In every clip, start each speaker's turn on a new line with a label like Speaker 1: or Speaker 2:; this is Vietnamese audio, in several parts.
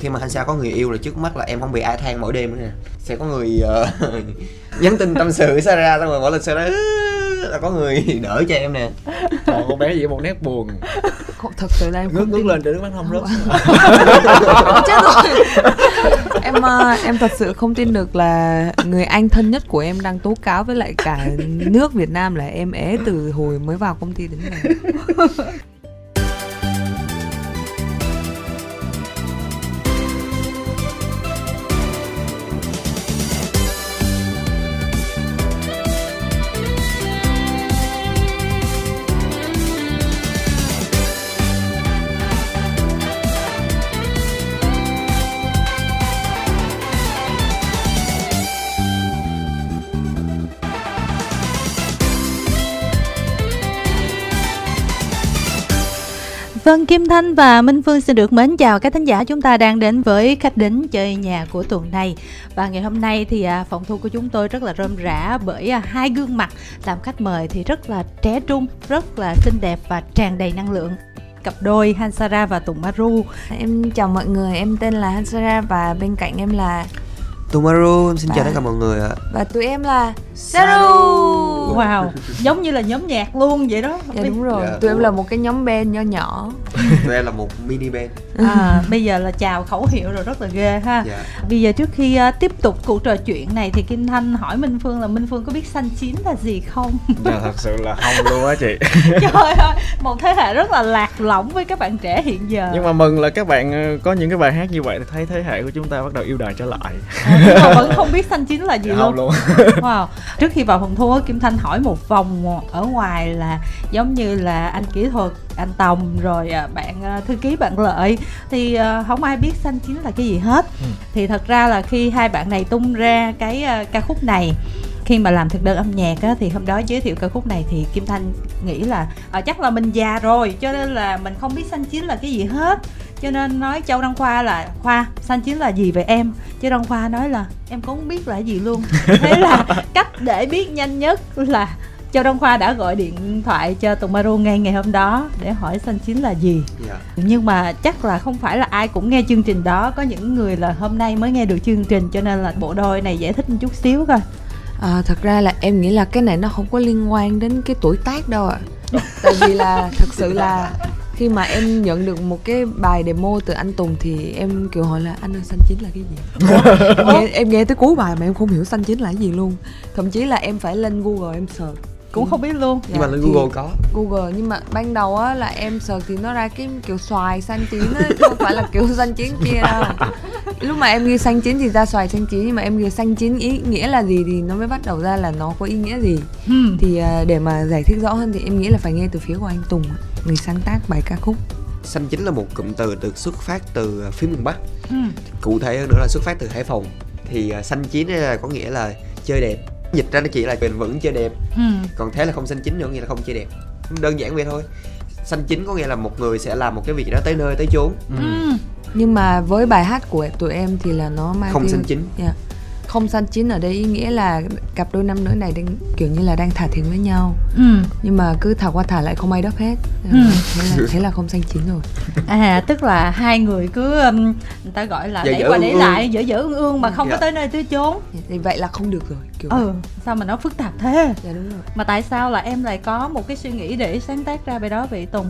Speaker 1: khi mà thanh sa có người yêu là trước mắt là em không bị ai than mỗi đêm nữa nè sẽ có người ờ, nhắn tin tâm sự xa ra xong rồi mỗi lần sau đó "Ư", là có người đỡ cho em nè
Speaker 2: Trời, con bé vậy một nét buồn
Speaker 3: Không, thật sự là em
Speaker 2: ngước
Speaker 3: không
Speaker 2: ngước
Speaker 3: tin
Speaker 2: lên trên nước mắt không rớt
Speaker 3: chết rồi em ờ, em thật sự không tin được là người anh thân nhất của em đang tố cáo với lại cả nước Việt Nam là em ế từ hồi mới vào công ty đến giờ
Speaker 4: Vâng, Kim Thanh và Minh Phương xin được mến chào các thính giả chúng ta đang đến với khách đến chơi nhà của tuần này Và ngày hôm nay thì à, phòng thu của chúng tôi rất là rôm rã bởi à, hai gương mặt làm khách mời thì rất là trẻ trung, rất là xinh đẹp và tràn đầy năng lượng Cặp đôi Hansara và Tùng Maru
Speaker 5: Em chào mọi người, em tên là Hansara và bên cạnh em là
Speaker 1: tomorrow em xin chào
Speaker 5: Bye.
Speaker 1: tất cả mọi người ạ
Speaker 5: và tụi em là Dạ. Saru.
Speaker 4: Wow, giống như là nhóm nhạc luôn vậy đó
Speaker 5: Dạ đúng rồi,
Speaker 1: Dạ,
Speaker 5: tụi
Speaker 1: đúng
Speaker 5: em
Speaker 1: rồi.
Speaker 5: là một cái nhóm band nho nhỏ.
Speaker 1: tụi em là một mini band
Speaker 4: à, Bây giờ là chào khẩu hiệu rồi rất là ghê
Speaker 5: À.
Speaker 4: ha
Speaker 1: dạ
Speaker 4: Bây giờ trước khi à, tiếp tục cuộc trò chuyện này thì Kim Thanh hỏi Minh Phương là Minh Phương có biết xanh chín là gì không?
Speaker 2: dạ thật sự là không luôn á chị
Speaker 4: Trời ơi, một thế hệ rất là lạc lõng với các bạn trẻ hiện giờ.
Speaker 2: nhưng mà mừng là các bạn ờ, có những cái bài hát như vậy thì thấy thế hệ của chúng ta bắt đầu yêu đời trở lại
Speaker 4: Ờ, nhưng mà vẫn không biết xanh chín là gì
Speaker 2: Dạ,
Speaker 4: luôn.
Speaker 2: không luôn
Speaker 4: Wow. Trước khi vào phòng thu á, Kim Thanh hỏi một vòng ở ngoài là giống như là anh kỹ thuật, anh Tòng rồi à, bạn à, thư ký bạn Lợi thì à, không ai biết xanh chín là cái gì hết. Thì thật ra là khi hai bạn này tung ra cái à, ca khúc này khi mà làm thực đơn âm nhạc á, thì hôm đó giới thiệu ca khúc này thì Kim Thanh nghĩ là ờ, chắc là mình già rồi cho nên là mình không biết xanh chín là cái gì hết cho nên nói Châu Đăng Khoa là Khoa xanh chín là gì vậy em Châu Đăng Khoa nói là em cũng không biết là gì luôn thế là cách để biết nhanh nhất là Châu Đăng Khoa đã gọi điện thoại cho Tùng Maru ngay ngày hôm đó để hỏi xanh chín là gì
Speaker 1: dạ
Speaker 4: nhưng mà chắc là không phải là ai cũng nghe chương trình đó có những người là hôm nay mới nghe được chương trình cho nên là bộ đôi này giải thích một chút xíu coi
Speaker 5: À, thật ra là em nghĩ là cái này nó không có liên quan đến cái tuổi tác đâu ạ. Tại vì là thật sự là khi mà em nhận được một cái bài demo từ anh Tùng thì em kiểu hỏi là anh ơi xanh chín là cái gì? em, nghe, em nghe tới cuối bài mà em không hiểu xanh chín là cái gì luôn. Thậm chí là em phải lên Google em search.
Speaker 4: cũng không biết luôn
Speaker 1: nhưng mà
Speaker 5: Dạ,
Speaker 1: lên
Speaker 5: thì-
Speaker 1: google có
Speaker 5: Google nhưng mà ban đầu á là em sợ thì nó ra cái kiểu xoài xanh chín á chứ không phải là kiểu xanh chín kia đâu lúc mà em ghi xanh chín thì ra xoài xanh chín nhưng mà em ghi xanh chín ý nghĩa là gì thì nó mới bắt đầu ra là nó có ý nghĩa gì
Speaker 4: Hmm.
Speaker 5: thì à, để mà giải thích rõ hơn thì em nghĩ là phải nghe từ phía của anh Tùng á, người sáng tác bài ca khúc
Speaker 1: xanh chính là một cụm từ được xuất phát từ à, phía miền bắc
Speaker 4: Hmm.
Speaker 1: cụ thể hơn nữa là xuất phát từ hải phòng thì à, xanh chín là có nghĩa là chơi đẹp dịch ra nó chỉ là bền vững chơi đẹp
Speaker 4: Hmm.
Speaker 1: còn thế là không xanh chín nữa nghĩa là không chơi đẹp đơn giản vậy thôi xanh chín có nghĩa là một người sẽ làm một cái việc đó tới nơi tới chốn
Speaker 2: Ừ.
Speaker 4: Hmm.
Speaker 5: nhưng mà với bài hát của tụi em thì là nó mang
Speaker 1: không
Speaker 5: tiêu-
Speaker 1: xanh chín
Speaker 5: Dạ. không xanh chín ở đây ý nghĩa là cặp đôi nam nữ này đang kiểu như là đang thả thính với nhau
Speaker 4: Hmm.
Speaker 5: nhưng mà cứ thả qua thả lại không ai đắp hết
Speaker 4: Ừ.
Speaker 5: thế là, thế là không xanh chín rồi
Speaker 4: à tức là hai người cứ um, người ta gọi là
Speaker 1: Dở
Speaker 4: đẩy
Speaker 1: dở
Speaker 4: qua
Speaker 1: ương
Speaker 4: đẩy
Speaker 1: ương.
Speaker 4: lại dở dở ương ương mà không
Speaker 1: Dạ.
Speaker 4: có tới nơi tới chốn
Speaker 5: thì vậy là không được rồi kiểu vậy.
Speaker 4: ừ sao mà nó phức tạp thế
Speaker 5: dạ đúng rồi
Speaker 4: mà tại sao là em lại có một cái suy nghĩ để sáng tác ra bài đó vậy tùng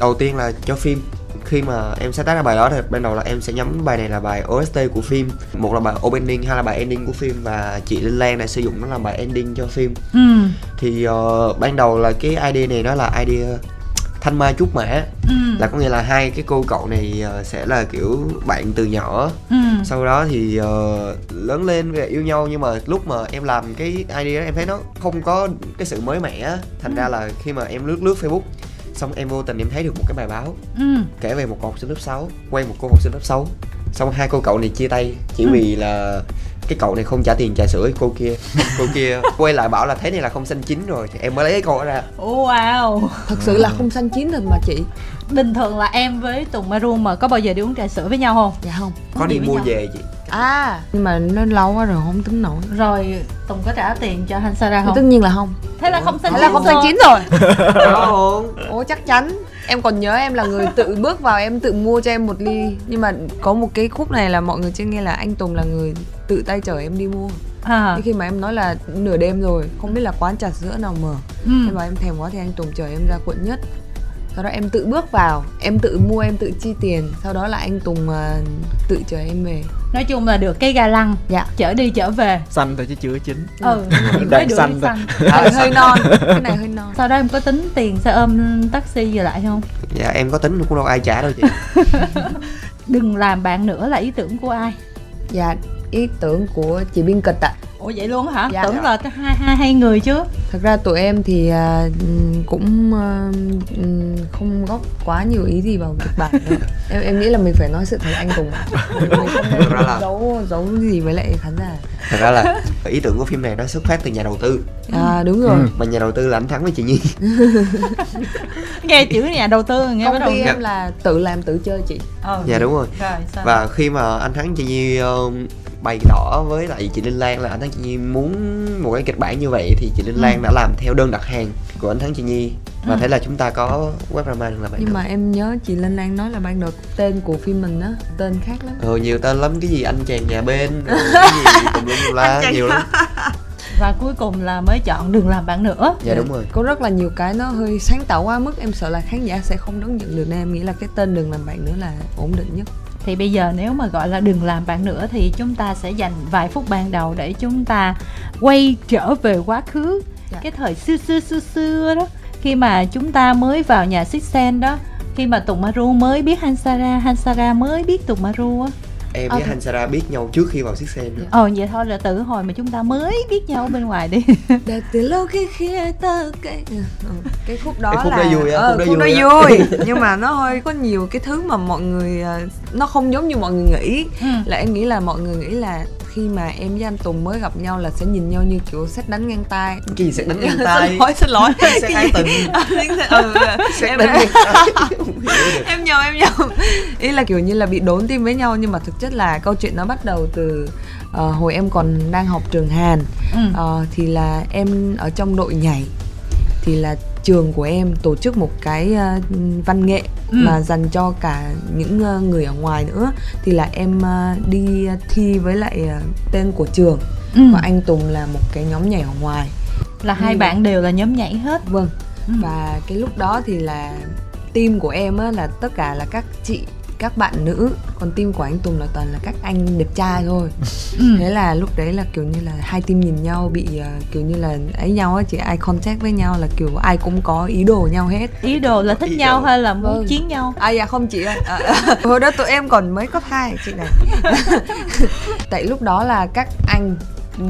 Speaker 1: đầu tiên là cho phim khi mà em sáng tác ra bài đó thì ban đầu là em sẽ nhắm bài này là bài OST của phim một là bài opening hai là bài ending của phim và chị Linh Lan đã sử dụng nó làm bài ending cho phim
Speaker 4: ừ
Speaker 5: Hmm.
Speaker 1: thì ờ, ban đầu là cái idea này nó là idea thanh mai trúc mã
Speaker 4: ừ
Speaker 1: là có nghĩa là hai cái cô cậu này ờ, sẽ là kiểu bạn từ nhỏ
Speaker 4: ừ
Speaker 1: sau đó thì ờ, lớn lên về yêu nhau nhưng mà lúc mà em làm cái idea đó em thấy nó không có cái sự mới mẻ á. thành ra là khi mà em lướt lướt facebook xong em vô tình em thấy được một cái bài báo
Speaker 4: ừ
Speaker 1: kể về một cô học sinh lớp 6 quay một cô học sinh lớp 6 xong hai cô cậu này chia tay chỉ vì là cái cậu này không trả tiền trà sữa với cô kia cô kia quay lại bảo là thế này là không xanh chín rồi thì em mới lấy cái câu đó ra
Speaker 4: wow
Speaker 5: thật sự là không xanh chín thật mà chị
Speaker 4: bình thường là em với tùng maru mà có bao giờ đi uống trà sữa với nhau không
Speaker 5: dạ không
Speaker 1: có
Speaker 4: Gì
Speaker 1: đi
Speaker 4: với
Speaker 1: mua
Speaker 4: nhau?
Speaker 1: về chị
Speaker 5: à nhưng mà nó lâu quá rồi không tính nổi
Speaker 4: rồi tùng có trả tiền cho anh sarah
Speaker 5: thì tất
Speaker 4: Dạ, không
Speaker 5: nhiên là không
Speaker 4: thế là không sinh
Speaker 5: thế là không
Speaker 4: chín
Speaker 5: sang
Speaker 4: thôi.
Speaker 5: chín rồi
Speaker 1: không
Speaker 5: Ủa chắc chắn Em còn nhớ em là người tự bước vào em tự mua cho em một ly Nhưng mà có một cái khúc này là mọi người chưa nghe là anh Tùng là người tự tay chở em đi mua
Speaker 4: à,
Speaker 5: Thế khi mà em nói là nửa đêm rồi Không biết là quán trà sữa nào mở
Speaker 4: ừ.
Speaker 5: Em bảo em thèm quá thì anh Tùng chở em ra quận nhất Sau đó em tự bước vào Em tự mua em tự chi tiền Sau đó là anh Tùng à, tự chở em về
Speaker 4: nói chung là được cái ga lăng
Speaker 5: Dạ.
Speaker 4: chở đi chở về
Speaker 2: xanh thôi chứ chưa chín
Speaker 4: ừ
Speaker 2: Đang
Speaker 4: mới được
Speaker 2: xanh
Speaker 4: xanh
Speaker 5: à, Hơi non Cái này hơi non
Speaker 4: sau đó em có tính tiền xe ôm taxi về lại không
Speaker 1: dạ em có tính cũng đâu ai trả đâu chị
Speaker 4: đừng làm bạn nữa là ý tưởng của ai
Speaker 5: Dạ ý tưởng của chị Biên Kịch ạ
Speaker 4: ủa vậy luôn hả
Speaker 5: Dạ.
Speaker 4: tưởng là cái hai hai hai người chứ
Speaker 5: Thật ra tụi em thì à, ừm, cũng à, ừm, không góp quá nhiều ý gì vào kịch bản đâu. em em nghĩ là mình phải nói sự thật anh Tùng ạ. Mình
Speaker 1: Thực ra là-
Speaker 5: không giấu giấu gì với lại khán giả.
Speaker 1: thật ra là ý tưởng của phim này nó xuất phát từ nhà đầu tư
Speaker 5: À đúng rồi.
Speaker 2: Ừ.
Speaker 1: mà nhà đầu tư là anh thắng với chị nhi
Speaker 4: nghe chữ nhà đầu tư rồi nghe bắt
Speaker 5: Công
Speaker 4: đầu
Speaker 5: ty
Speaker 1: Dạ.
Speaker 5: em là tự làm tự chơi chị.
Speaker 4: ừ.
Speaker 1: dạ đúng rồi
Speaker 4: rồi sao
Speaker 1: và khi mà anh thắng chị nhi ờ, bày tỏ với lại chị linh lan là anh thắng chị nhi muốn một cái kịch bản như vậy thì chị linh lan đã làm theo đơn đặt hàng của anh thắng chị nhi và thế là chúng ta có web drama đừng làm bạn
Speaker 5: Nhưng
Speaker 1: được
Speaker 5: mà em nhớ chị Linh Lan nói là ban đầu tên của phim mình á tên khác lắm.
Speaker 1: ừ, nhiều tên lắm cái gì anh chàng nhà bên rồi cái gì tùm lum tùm la nhiều lắm
Speaker 4: và cuối cùng là mới chọn đừng làm bạn nữa
Speaker 1: dạ đúng rồi
Speaker 5: Có rất là nhiều cái nó hơi sáng tạo quá mức em sợ là khán giả sẽ không đón nhận được nên em nghĩ là cái tên đừng làm bạn nữa là ổn định nhất.
Speaker 4: thì bây giờ nếu mà gọi là đừng làm bạn nữa thì chúng ta sẽ dành vài phút ban đầu để chúng ta quay trở về quá khứ
Speaker 5: Dạ.
Speaker 4: cái thời xưa xưa xưa xưa đó khi mà chúng ta mới vào nhà Six Sense đó khi mà Tùng Maru mới biết Hansara Hansara mới biết Tùng Maru á
Speaker 1: em
Speaker 4: Ờ,
Speaker 1: với
Speaker 4: thật-
Speaker 1: hansara biết nhau trước khi vào chiếc xe nữa
Speaker 4: ờ vậy thôi là từ hồi mà chúng ta mới biết nhau bên ngoài đi
Speaker 5: Đã từ lâu khi khi ta cái Ừ, cái khúc đó
Speaker 1: Cái khúc
Speaker 5: là
Speaker 1: đó vui á,
Speaker 5: Ờ,
Speaker 1: khúc đó
Speaker 5: khúc
Speaker 1: vui
Speaker 5: đó vui nhưng mà nó hơi có nhiều cái thứ mà mọi người ờ, nó không giống như mọi người nghĩ là em nghĩ là mọi người nghĩ là khi mà em với anh Tùng mới gặp nhau là sẽ nhìn nhau như kiểu xét đánh ngang tay
Speaker 1: cái gì sẽ đánh ngang tay
Speaker 5: xin lỗi xin lỗi
Speaker 1: sẽ ai tình sẽ đánh ngang
Speaker 5: ừ, em-
Speaker 1: tay Không hiểu được.
Speaker 5: em nhầm em nhầm ý là kiểu như là bị đốn tim với nhau nhưng mà thực chất là câu chuyện nó bắt đầu từ ờ, hồi em còn đang học trường Hàn
Speaker 4: ừ.
Speaker 5: Ờ, thì là em ở trong đội nhảy thì là trường của em tổ chức một cái ờ, văn nghệ
Speaker 4: Ừ.
Speaker 5: mà dành cho cả những ờ, người ở ngoài nữa thì là em ờ, đi ờ, thi với lại ờ, tên của trường
Speaker 4: Ừ.
Speaker 5: và anh Tùng là một cái nhóm nhảy ở ngoài
Speaker 4: là hai
Speaker 5: Ừ.
Speaker 4: bạn đều là nhóm nhảy hết
Speaker 5: vâng
Speaker 4: Ừ.
Speaker 5: và cái lúc đó thì là team của em á, là tất cả là các chị các bạn nữ còn team của anh Tùng là toàn là các anh đẹp trai thôi
Speaker 4: ừ.
Speaker 5: thế là lúc đấy là kiểu như là hai team nhìn nhau bị ờ, kiểu như là ấy nhau á chỉ ai contact với nhau là kiểu ai cũng có ý đồ nhau hết
Speaker 4: ý đồ là thích
Speaker 1: Ý
Speaker 4: nhau
Speaker 1: đồ.
Speaker 4: hay là muốn
Speaker 5: Vâng.
Speaker 4: chiến nhau
Speaker 5: à dạ không chị ơi Ờ, hồi đó tụi em còn mới cấp 2 chị này tại lúc đó là các anh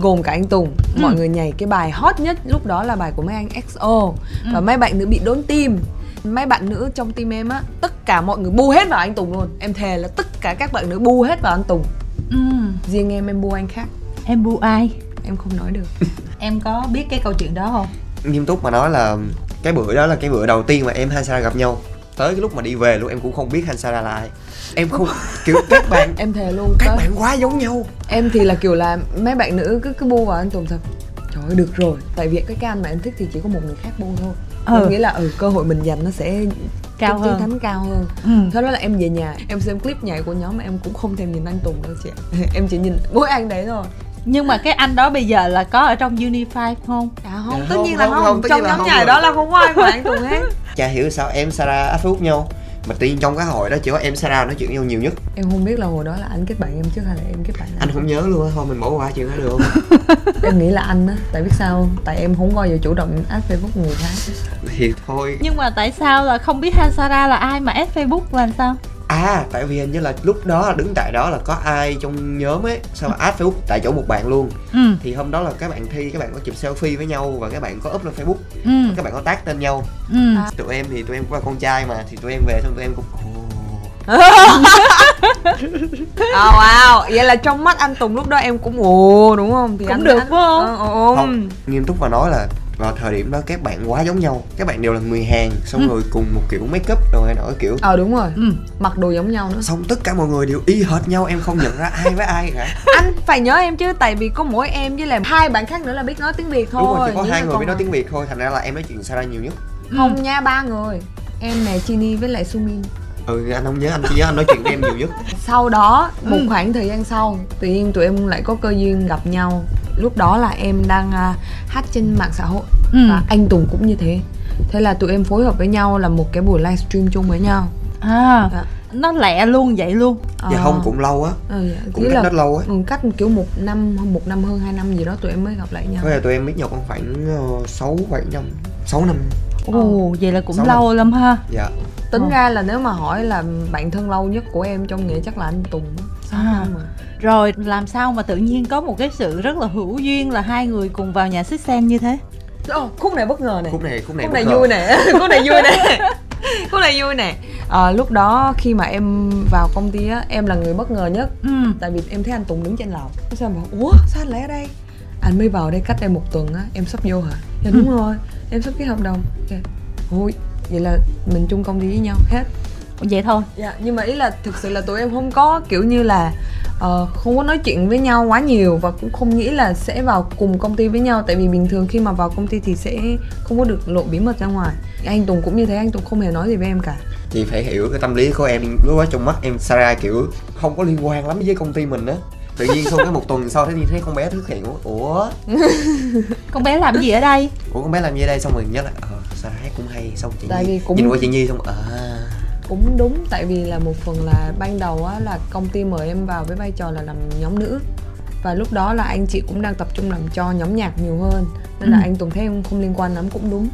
Speaker 5: gồm cả anh Tùng
Speaker 1: Ừ.
Speaker 5: mọi người nhảy cái bài hot nhất lúc đó là bài của mấy anh XO
Speaker 1: Ừ.
Speaker 5: và mấy bạn nữ bị đốn tim mấy bạn nữ trong team em á tất cả mọi người bu hết vào anh Tùng luôn em thề là tất cả các bạn nữ bu hết vào anh Tùng
Speaker 4: ừ.
Speaker 5: riêng em em bu anh khác
Speaker 4: em bu ai
Speaker 5: em không nói được
Speaker 4: em có biết cái câu chuyện đó không
Speaker 1: nghiêm túc mà nói là cái bữa đó là cái bữa đầu tiên mà em hansara gặp nhau tới cái lúc mà đi về luôn em cũng không biết hansara là ai em không kiểu các bạn
Speaker 5: em thề luôn
Speaker 1: các
Speaker 5: có-
Speaker 1: bạn quá giống nhau
Speaker 5: em thì là kiểu là mấy bạn nữ cứ cứ bu vào anh Tùng thật trời ơi được rồi tại vì cái can mà em thích thì chỉ có một người khác bu thôi
Speaker 4: Ừ.
Speaker 5: có nghĩa là ở ừ, cơ hội mình giành nó sẽ
Speaker 4: Cao
Speaker 5: cái chiến
Speaker 4: hơn.
Speaker 5: thắng cao hơn
Speaker 4: ừ.
Speaker 5: thế đó là em về nhà em xem clip nhảy của nhóm mà em cũng không thèm nhìn anh Tùng đâu chị ạ. em chỉ nhìn mỗi anh đấy thôi
Speaker 4: nhưng mà cái anh đó bây giờ là có ở trong Unify không
Speaker 5: à không
Speaker 1: Dạ,
Speaker 5: tất
Speaker 1: không,
Speaker 5: nhiên là
Speaker 1: không,
Speaker 5: không,
Speaker 1: không, tất
Speaker 5: trong
Speaker 1: nhiên là
Speaker 5: nhóm
Speaker 1: không
Speaker 5: nhảy
Speaker 1: rồi.
Speaker 5: đó là không có ai ngoài anh Tùng hết
Speaker 1: chả hiểu sao em sara áp hút nhau mà tuy nhiên trong cái hội đó chỉ có em sara nói chuyện với nhau nhiều nhất
Speaker 5: em không biết là hồi đó là anh kết bạn em trước hay là em kết bạn
Speaker 1: anh
Speaker 5: anh
Speaker 1: không nhớ luôn á thôi mình bỏ qua chuyện đó được không
Speaker 5: em nghĩ là anh á tại biết sao không? tại em không bao giờ chủ động add facebook người khác
Speaker 1: thì thôi
Speaker 4: nhưng mà tại sao là không biết Hansara là ai mà add Facebook là sao
Speaker 1: à tại vì hình như là lúc đó đứng tại đó là có ai trong nhóm ấy sao mà add facebook tại chỗ một bạn luôn
Speaker 4: ừ
Speaker 1: thì hôm đó là các bạn thi các bạn có chụp selfie với nhau và các bạn có up lên facebook
Speaker 4: ừ
Speaker 1: các bạn có tag tên nhau
Speaker 4: ừ
Speaker 1: tụi em thì tụi em cũng là con trai mà thì tụi em về xong tụi em cũng ồ
Speaker 5: à wow vậy là trong mắt anh Tùng lúc đó em cũng ồ đúng không thì
Speaker 4: cũng
Speaker 5: anh
Speaker 4: được
Speaker 5: anh-
Speaker 4: phải không
Speaker 5: Ờ, ồ, ồ.
Speaker 1: không nghiêm túc mà nói là vào thời điểm đó các bạn quá giống nhau các bạn đều là người Hàn xong
Speaker 5: Ừ.
Speaker 1: rồi cùng một kiểu make up rồi nọ kiểu
Speaker 5: ờ đúng rồi
Speaker 4: Ừ.
Speaker 5: mặc đồ giống nhau nữa
Speaker 1: xong tất cả mọi người đều y hệt nhau em không nhận ra ai với ai cả
Speaker 5: anh phải nhớ em chứ tại vì có mỗi em với lại hai bạn khác nữa là biết nói tiếng việt thôi
Speaker 1: đúng rồi chỉ có
Speaker 5: những
Speaker 1: hai
Speaker 5: người
Speaker 1: người
Speaker 5: còn
Speaker 1: biết nói
Speaker 5: lại-
Speaker 1: tiếng việt thôi thành ra là em nói chuyện Sarah nhiều nhất
Speaker 4: ừ.
Speaker 5: không nha ba người em nè chini với lại sumin
Speaker 1: ừ anh không nhớ anh chỉ nhớ anh nói chuyện với em nhiều nhất
Speaker 5: sau đó một
Speaker 4: Ừ.
Speaker 5: khoảng thời gian sau tự nhiên tụi em lại có cơ duyên gặp nhau lúc đó là em đang à, hát trên mạng xã hội
Speaker 4: ừ.
Speaker 5: và anh tùng cũng như thế thế là tụi em phối hợp với nhau làm một cái buổi livestream chung với nhau
Speaker 4: à
Speaker 5: Dạ.
Speaker 4: nó lẹ luôn vậy luôn
Speaker 5: Ờ,
Speaker 1: và Dạ không cũng lâu á
Speaker 5: ờ, dạ.
Speaker 1: cũng
Speaker 5: Nghĩa
Speaker 1: cách
Speaker 5: là
Speaker 1: rất lâu á
Speaker 5: ừ, cách kiểu một năm hơn một năm hơn hai năm gì đó tụi em mới gặp lại nhau
Speaker 1: Thế là tụi em biết nhau cũng khoảng 6 7 năm 6 năm
Speaker 4: ồ vậy là cũng
Speaker 1: Sáu
Speaker 4: lâu lắm ha
Speaker 1: dạ
Speaker 5: tính
Speaker 4: Ờ.
Speaker 5: ra là nếu mà hỏi là bạn thân lâu nhất của em trong nghĩa chắc là anh tùng á. sáu
Speaker 4: À.
Speaker 5: năm mà
Speaker 4: rồi làm sao mà tự nhiên có một cái sự rất là hữu duyên là hai người cùng vào nhà xích sen như thế
Speaker 5: Ồ, khúc này bất ngờ này
Speaker 1: khúc này khúc này
Speaker 5: khúc
Speaker 1: bất
Speaker 5: này
Speaker 1: ngờ.
Speaker 5: vui nè khúc này vui nè khúc này vui nè Ờ, lúc đó khi mà em vào công ty á em là người bất ngờ nhất
Speaker 4: ừ
Speaker 5: tại vì em thấy anh tùng đứng trên lầu Thế sao em bảo ủa sao anh lại ở đây anh mới vào đây cách đây một tuần á em sắp vô hả dạ
Speaker 1: Ừ.
Speaker 5: đúng rồi em sắp ký hợp đồng dạ ôi vậy là mình chung công ty với nhau hết
Speaker 4: vậy thôi
Speaker 5: dạ nhưng mà ý là thực sự là tụi em không có kiểu như là ờ, không có nói chuyện với nhau quá nhiều và cũng không nghĩ là sẽ vào cùng công ty với nhau tại vì bình thường khi mà vào công ty thì sẽ không có được lộ bí mật ra ngoài anh tùng cũng như thế anh tùng không hề nói gì với em cả
Speaker 1: chị phải hiểu cái tâm lý của em lúc đó trong mắt em Sarah kiểu không có liên quan lắm với công ty mình á tự nhiên xong cái một tuần sau thấy thấy con bé xuất hiện ủa
Speaker 4: con bé làm gì ở đây
Speaker 1: ủa con bé làm gì ở đây xong rồi nhớ là ờ Sarah hát cũng hay xong chị
Speaker 5: Tại
Speaker 1: Nhi
Speaker 5: vì cũng-
Speaker 1: nhìn qua chị Nhi xong à
Speaker 5: cũng đúng tại vì là một phần là ban đầu á là công ty mời em vào với vai trò là làm nhóm nữ và lúc đó là anh chị cũng đang tập trung làm cho nhóm nhạc nhiều hơn nên là
Speaker 4: Ừ.
Speaker 5: anh tùng thấy em không liên quan lắm cũng đúng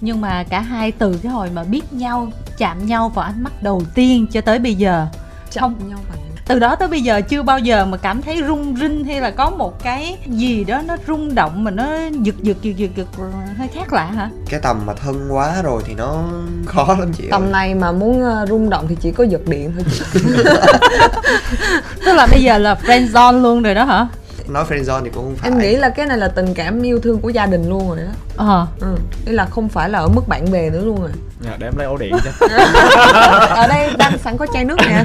Speaker 4: nhưng mà cả hai từ cái hồi mà biết nhau chạm nhau vào ánh mắt đầu tiên cho tới bây giờ
Speaker 5: chậm nhau phải
Speaker 4: từ đó tới bây giờ chưa bao giờ mà cảm thấy rung rinh hay là có một cái gì đó nó rung động mà nó giật giật giật giật giật hơi khác lạ hả
Speaker 1: cái tầm mà thân quá rồi thì nó khó lắm chị ơi
Speaker 5: tầm này mà muốn ờ, rung động thì chỉ có giật điện thôi chị
Speaker 4: tức là bây giờ là friend zone luôn rồi đó hả
Speaker 1: nói friendzone thì cũng không phải
Speaker 5: em nghĩ là cái này là tình cảm yêu thương của gia đình luôn rồi đó
Speaker 4: ờ
Speaker 5: ừ ý là không phải là ở mức bạn bè nữa luôn rồi
Speaker 2: Dạ, để em lấy ổ điện cho
Speaker 5: ở đây đang sẵn có chai nước nè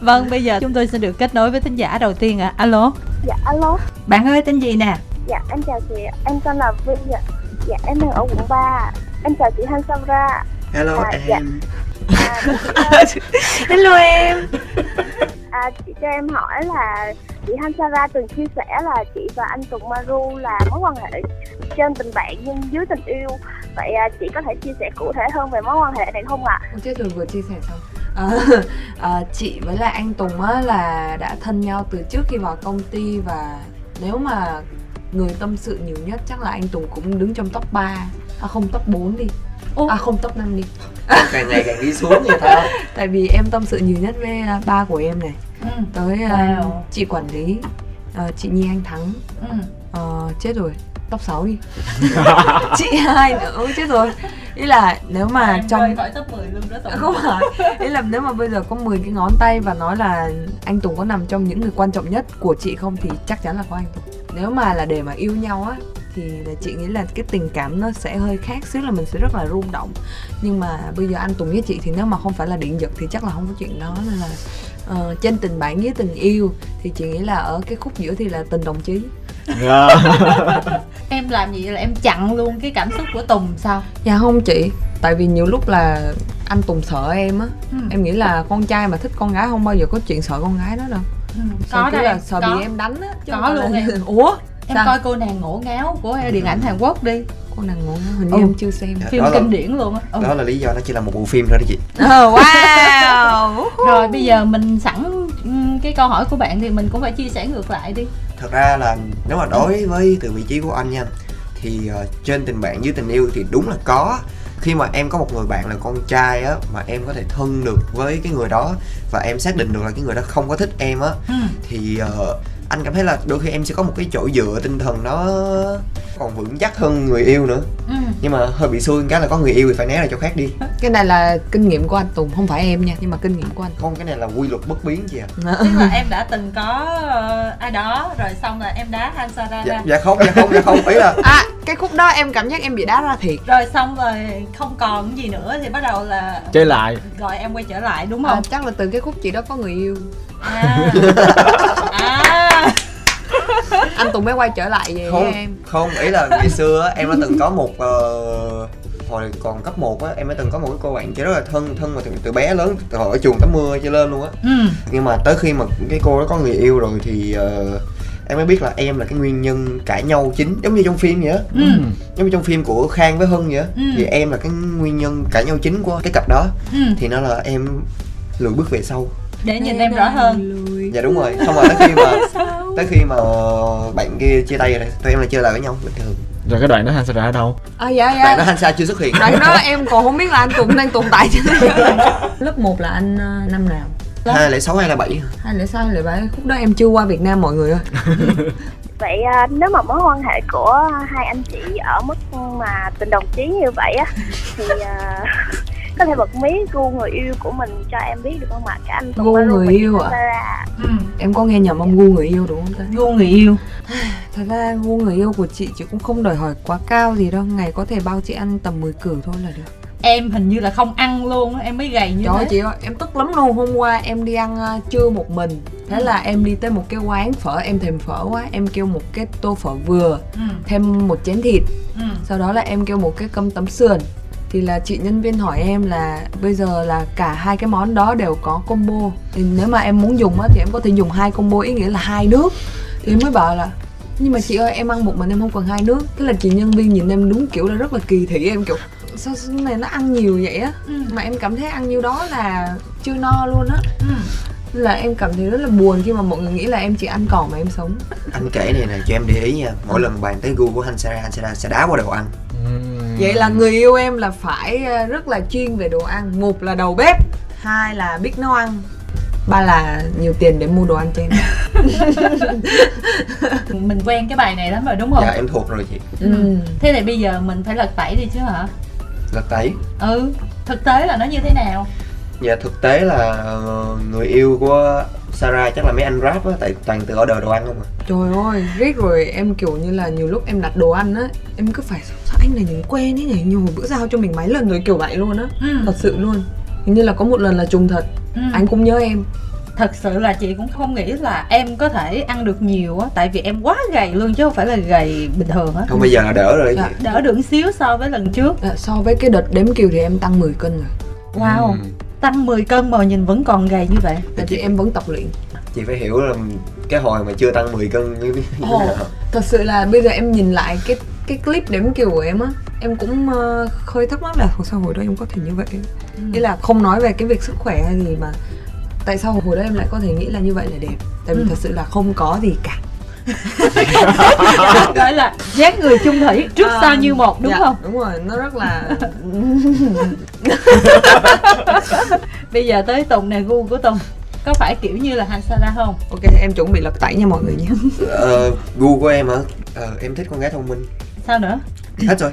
Speaker 4: vâng bây giờ chúng tôi sẽ được kết nối với thính giả đầu tiên ạ alo
Speaker 6: Dạ alo,
Speaker 4: bạn ơi tên gì nè
Speaker 6: dạ em chào chị, ạ. em tên là Vy ạ. Dạ em đang ở quận 3. ạ. Em chào chị Han Samra. ạ.
Speaker 1: hello
Speaker 6: À,
Speaker 1: em
Speaker 6: dạ. À, chị ơi,
Speaker 4: hello em
Speaker 6: à, chị cho em hỏi là chị Han Samra từng chia sẻ là chị và anh Tùng Maru là mối quan hệ trên tình bạn nhưng dưới tình yêu. Vậy à, chị có thể chia sẻ cụ thể hơn về mối quan hệ này không ạ?
Speaker 5: chết rồi vừa chia sẻ xong Ờ, ờ, chị với lại anh Tùng á là đã thân nhau từ trước khi vào công ty và nếu mà người tâm sự nhiều nhất chắc là anh Tùng cũng đứng trong top 3 à không top 4 đi
Speaker 4: Ô.
Speaker 5: à không top 5 đi
Speaker 1: càng ngày càng đi xuống vậy ta
Speaker 5: tại vì em tâm sự nhiều nhất với à, ba của em này
Speaker 4: Ừ.
Speaker 5: tới à,
Speaker 4: Wow.
Speaker 5: chị quản lý à, chị Nhi Anh Thắng
Speaker 4: ừ.
Speaker 5: Ờ, chết rồi top 6 đi chị hai nữa ừ, chết rồi ý là nếu mà trong
Speaker 4: khỏi top 10 luôn đó
Speaker 5: không phải ý là nếu mà bây giờ có 10 cái ngón tay và nói là anh Tùng có nằm trong những người quan trọng nhất của chị không thì chắc chắn là có anh Tùng nếu mà là để mà yêu nhau á thì là chị nghĩ là cái tình cảm nó sẽ hơi khác xíu là mình sẽ rất là rung động nhưng mà bây giờ anh Tùng với chị thì nếu mà không phải là điện giật thì chắc là không có chuyện đó nên là ờ, trên tình bạn với tình yêu thì chị nghĩ là ở cái khúc giữa thì là tình đồng chí
Speaker 2: Dạ.
Speaker 4: em làm gì là em chặn luôn cái cảm xúc của tùng sao
Speaker 5: dạ không chị tại vì nhiều lúc là anh Tùng sợ em á
Speaker 4: Ừ.
Speaker 5: em nghĩ là con trai mà thích con gái không bao giờ có chuyện sợ con gái đó đâu
Speaker 4: có
Speaker 5: Sợ kiểu
Speaker 4: đây
Speaker 5: là sợ
Speaker 4: có.
Speaker 5: bị em đánh á chứ
Speaker 4: Có
Speaker 5: không phải
Speaker 4: luôn
Speaker 5: là-
Speaker 4: em.
Speaker 5: ủa
Speaker 4: em
Speaker 5: Sao?
Speaker 4: coi cô nàng ngổ ngáo của điện ảnh hàn quốc đi
Speaker 5: cô nàng ngộ ngáo, hình như
Speaker 4: Ừ.
Speaker 5: em chưa xem
Speaker 1: Dạ,
Speaker 4: phim
Speaker 1: đó là-
Speaker 4: kinh điển luôn á ừ.
Speaker 1: đó là lý do nó chỉ là một bộ phim thôi đó chị
Speaker 4: Oh,
Speaker 5: wow
Speaker 4: Rồi bây giờ mình sẵn ừm, cái câu hỏi của bạn thì mình cũng phải chia sẻ ngược lại đi.
Speaker 1: thật ra là nếu mà đối với từ vị trí của anh nha thì ờ, trên tình bạn dưới tình yêu thì đúng là có khi mà em có một người bạn là con trai á mà em có thể thân được với cái người đó và em xác định được là cái người đó không có thích em á thì ờ, anh cảm thấy là đôi khi em sẽ có một cái chỗ dựa tinh thần nó còn vững chắc hơn người yêu nữa
Speaker 4: ừ.
Speaker 1: nhưng mà hơi bị xui cái là có người yêu thì phải né ra chỗ khác đi
Speaker 5: cái này là kinh nghiệm của anh Tùng không phải em nha nhưng mà kinh nghiệm của anh
Speaker 1: không cái này là quy luật bất biến chị ạ
Speaker 4: tức là em đã từng có ờ, ai đó rồi xong là em đá anh Sara
Speaker 1: dạ,
Speaker 4: ra
Speaker 1: dạ không dạ không dạ không ý là
Speaker 5: à cái khúc đó em cảm giác em bị đá ra thiệt
Speaker 4: rồi xong rồi không còn gì nữa thì bắt đầu là
Speaker 2: chơi lại
Speaker 4: gọi em quay trở lại đúng
Speaker 5: à,
Speaker 4: không
Speaker 5: chắc là từ cái khúc chị đó có người yêu
Speaker 4: à, à.
Speaker 5: anh Tùng mới quay trở lại về với
Speaker 1: không
Speaker 5: em
Speaker 1: không ý là ngày xưa á, em đã từng có một ờ, hồi còn cấp 1 á em đã từng có một cái cô bạn chơi rất là thân thân mà từ, từ bé lớn từ hồi ở chuồng tắm mưa cho lên luôn á
Speaker 4: Ừ.
Speaker 1: nhưng mà tới khi mà cái cô đó có người yêu rồi thì ờ, em mới biết là em là cái nguyên nhân cãi nhau chính giống như trong phim vậy á
Speaker 4: Ừ.
Speaker 1: giống như trong phim của khang với hân vậy á
Speaker 4: Ừ.
Speaker 1: thì em là cái nguyên nhân cãi nhau chính của cái cặp đó
Speaker 4: Ừ.
Speaker 1: thì nó là em lùi bước về sau
Speaker 4: để nhìn em rõ hơn
Speaker 1: dạ đúng rồi xong rồi tới khi mà tới khi mà bạn kia chia tay rồi tụi em là chơi lại với nhau bình thường
Speaker 2: rồi cái đoạn đó anh sẽ ra ở đâu
Speaker 5: à dạ
Speaker 1: bạn đó
Speaker 5: dạ
Speaker 1: anh sa chưa xuất hiện
Speaker 5: đoạn đó em còn không biết là anh Tùng đang tồn tại chứ
Speaker 3: lớp 1 là anh ờ, năm nào
Speaker 1: hai lẻ sáu hai là bảy
Speaker 5: hai lẻ sao lẻ bảy khúc đó em chưa qua Việt Nam mọi người ơi
Speaker 6: vậy à, nếu mà mối quan hệ của hai anh chị ở mức mà tình đồng chí như vậy á thì à, có thể bật mí gu người yêu của mình cho em biết được không ạ cả anh
Speaker 5: Gu
Speaker 6: Maru
Speaker 5: người
Speaker 6: và chị
Speaker 5: yêu ạ?
Speaker 6: Sarah.
Speaker 4: ừ.
Speaker 5: em có nghe nhầm ông gu người yêu đúng không ta
Speaker 4: gu người yêu
Speaker 5: thật ra gu người yêu của chị chị cũng không đòi hỏi quá cao gì đâu ngày có thể bao chị ăn tầm 10 cử thôi là được
Speaker 4: em hình như là không ăn luôn á, em mới gầy như
Speaker 5: Trời ơi
Speaker 4: thế
Speaker 5: chị ơi, em tức lắm luôn Hôm qua em đi ăn ờ, trưa một mình Thế là em đi tới một cái quán phở Em thèm phở quá, em kêu một cái tô phở vừa
Speaker 4: ừ.
Speaker 5: Thêm một chén thịt
Speaker 4: Ừ.
Speaker 5: Sau đó là em kêu một cái cơm tấm sườn Thì là chị nhân viên hỏi em là Bây giờ là cả hai cái món đó đều có combo Thì nếu mà em muốn dùng á, thì em có thể dùng hai combo Ý nghĩa là hai nước Thì em mới bảo là nhưng mà chị ơi em ăn một mình em không cần hai nước Thế là chị nhân viên nhìn em đúng kiểu là rất là kỳ thị em kiểu Sao cái này nó ăn nhiều vậy á
Speaker 4: Ừ.
Speaker 5: mà em cảm thấy ăn nhiêu đó là chưa no luôn á
Speaker 4: Ừ.
Speaker 5: Nên là em cảm thấy rất là buồn khi mà mọi người nghĩ là em chỉ ăn cỏ mà em sống
Speaker 1: anh kể này nè cho em để ý nha mỗi lần bàn tới gu của anh sa anh sa sẽ đá qua đầu ăn
Speaker 2: Ừ.
Speaker 5: vậy là người yêu em là phải ờ, rất là chuyên về đồ ăn một là đầu bếp hai là biết nấu ăn ba là nhiều tiền để mua đồ ăn trên
Speaker 4: mình quen cái bài này lắm rồi đúng không
Speaker 1: dạ em thuộc rồi chị
Speaker 5: ừ.
Speaker 4: thế thì bây giờ mình phải lật tẩy đi chứ hả
Speaker 1: lật tẩy
Speaker 4: ừ thực tế là nó như thế nào
Speaker 1: dạ thực tế là ờ, người yêu của Sarah chắc là mấy anh rap á tại toàn tự order đồ ăn không à
Speaker 5: trời ơi riết rồi em kiểu như là nhiều lúc em đặt đồ ăn á em cứ phải sao, sao anh này nhìn quen ấy nhỉ nhiều hồi bữa giao cho mình mấy lần rồi kiểu vậy luôn á
Speaker 4: ừ.
Speaker 5: thật sự luôn hình như là có một lần là trùng thật
Speaker 4: Ừ.
Speaker 5: anh cũng nhớ em
Speaker 4: thật sự là chị cũng không nghĩ là em có thể ăn được nhiều á tại vì em quá gầy luôn chứ không phải là gầy bình thường á
Speaker 1: không bây giờ là đỡ rồi đó chị
Speaker 4: đỡ được xíu so với lần trước
Speaker 5: Ờ, so với cái đợt đếm kiều thì em tăng 10 cân rồi
Speaker 4: wow
Speaker 1: Ừ.
Speaker 4: tăng 10 cân mà nhìn vẫn còn gầy như vậy
Speaker 5: tại vì em vẫn tập luyện
Speaker 1: chị phải hiểu là cái hồi mà chưa tăng 10 cân như thế
Speaker 5: Ồ.
Speaker 1: nào
Speaker 5: thật sự là bây giờ em nhìn lại cái cái clip đếm kiều của em á em cũng ờ, hơi thắc mắc là hồi sao hồi đó em có thể như vậy nghĩa là không nói về cái việc sức khỏe hay gì mà tại sao hồi đó em lại có thể nghĩ là như vậy là đẹp tại vì
Speaker 4: Ừ.
Speaker 5: thật sự là không có gì cả
Speaker 4: gọi là dáng người chung thủy trước
Speaker 5: Ờ,
Speaker 4: sau như một đúng
Speaker 5: Dạ,
Speaker 4: không
Speaker 5: đúng rồi nó rất là
Speaker 4: bây giờ tới tùng nè gu của tùng có phải kiểu như là hành Sara không
Speaker 5: ok em chuẩn bị lật tẩy nha mọi người nhé
Speaker 1: ờ, gu của em hả ờ, em thích con gái thông minh
Speaker 4: sao nữa
Speaker 1: hết rồi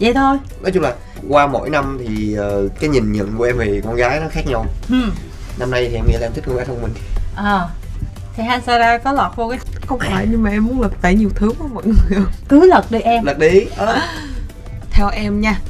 Speaker 4: vậy thôi
Speaker 1: nói chung là qua mỗi năm thì ờ, cái nhìn nhận của em về con gái nó khác nhau
Speaker 4: ừ.
Speaker 1: năm nay thì em nghĩ là em thích con gái thông minh
Speaker 4: à. thì hành Sara có lọt vô cái
Speaker 5: không phải nhưng mà em muốn lật tẩy nhiều thứ quá mọi người
Speaker 4: cứ lật đi em
Speaker 1: lật đi Ờ.
Speaker 5: theo em nha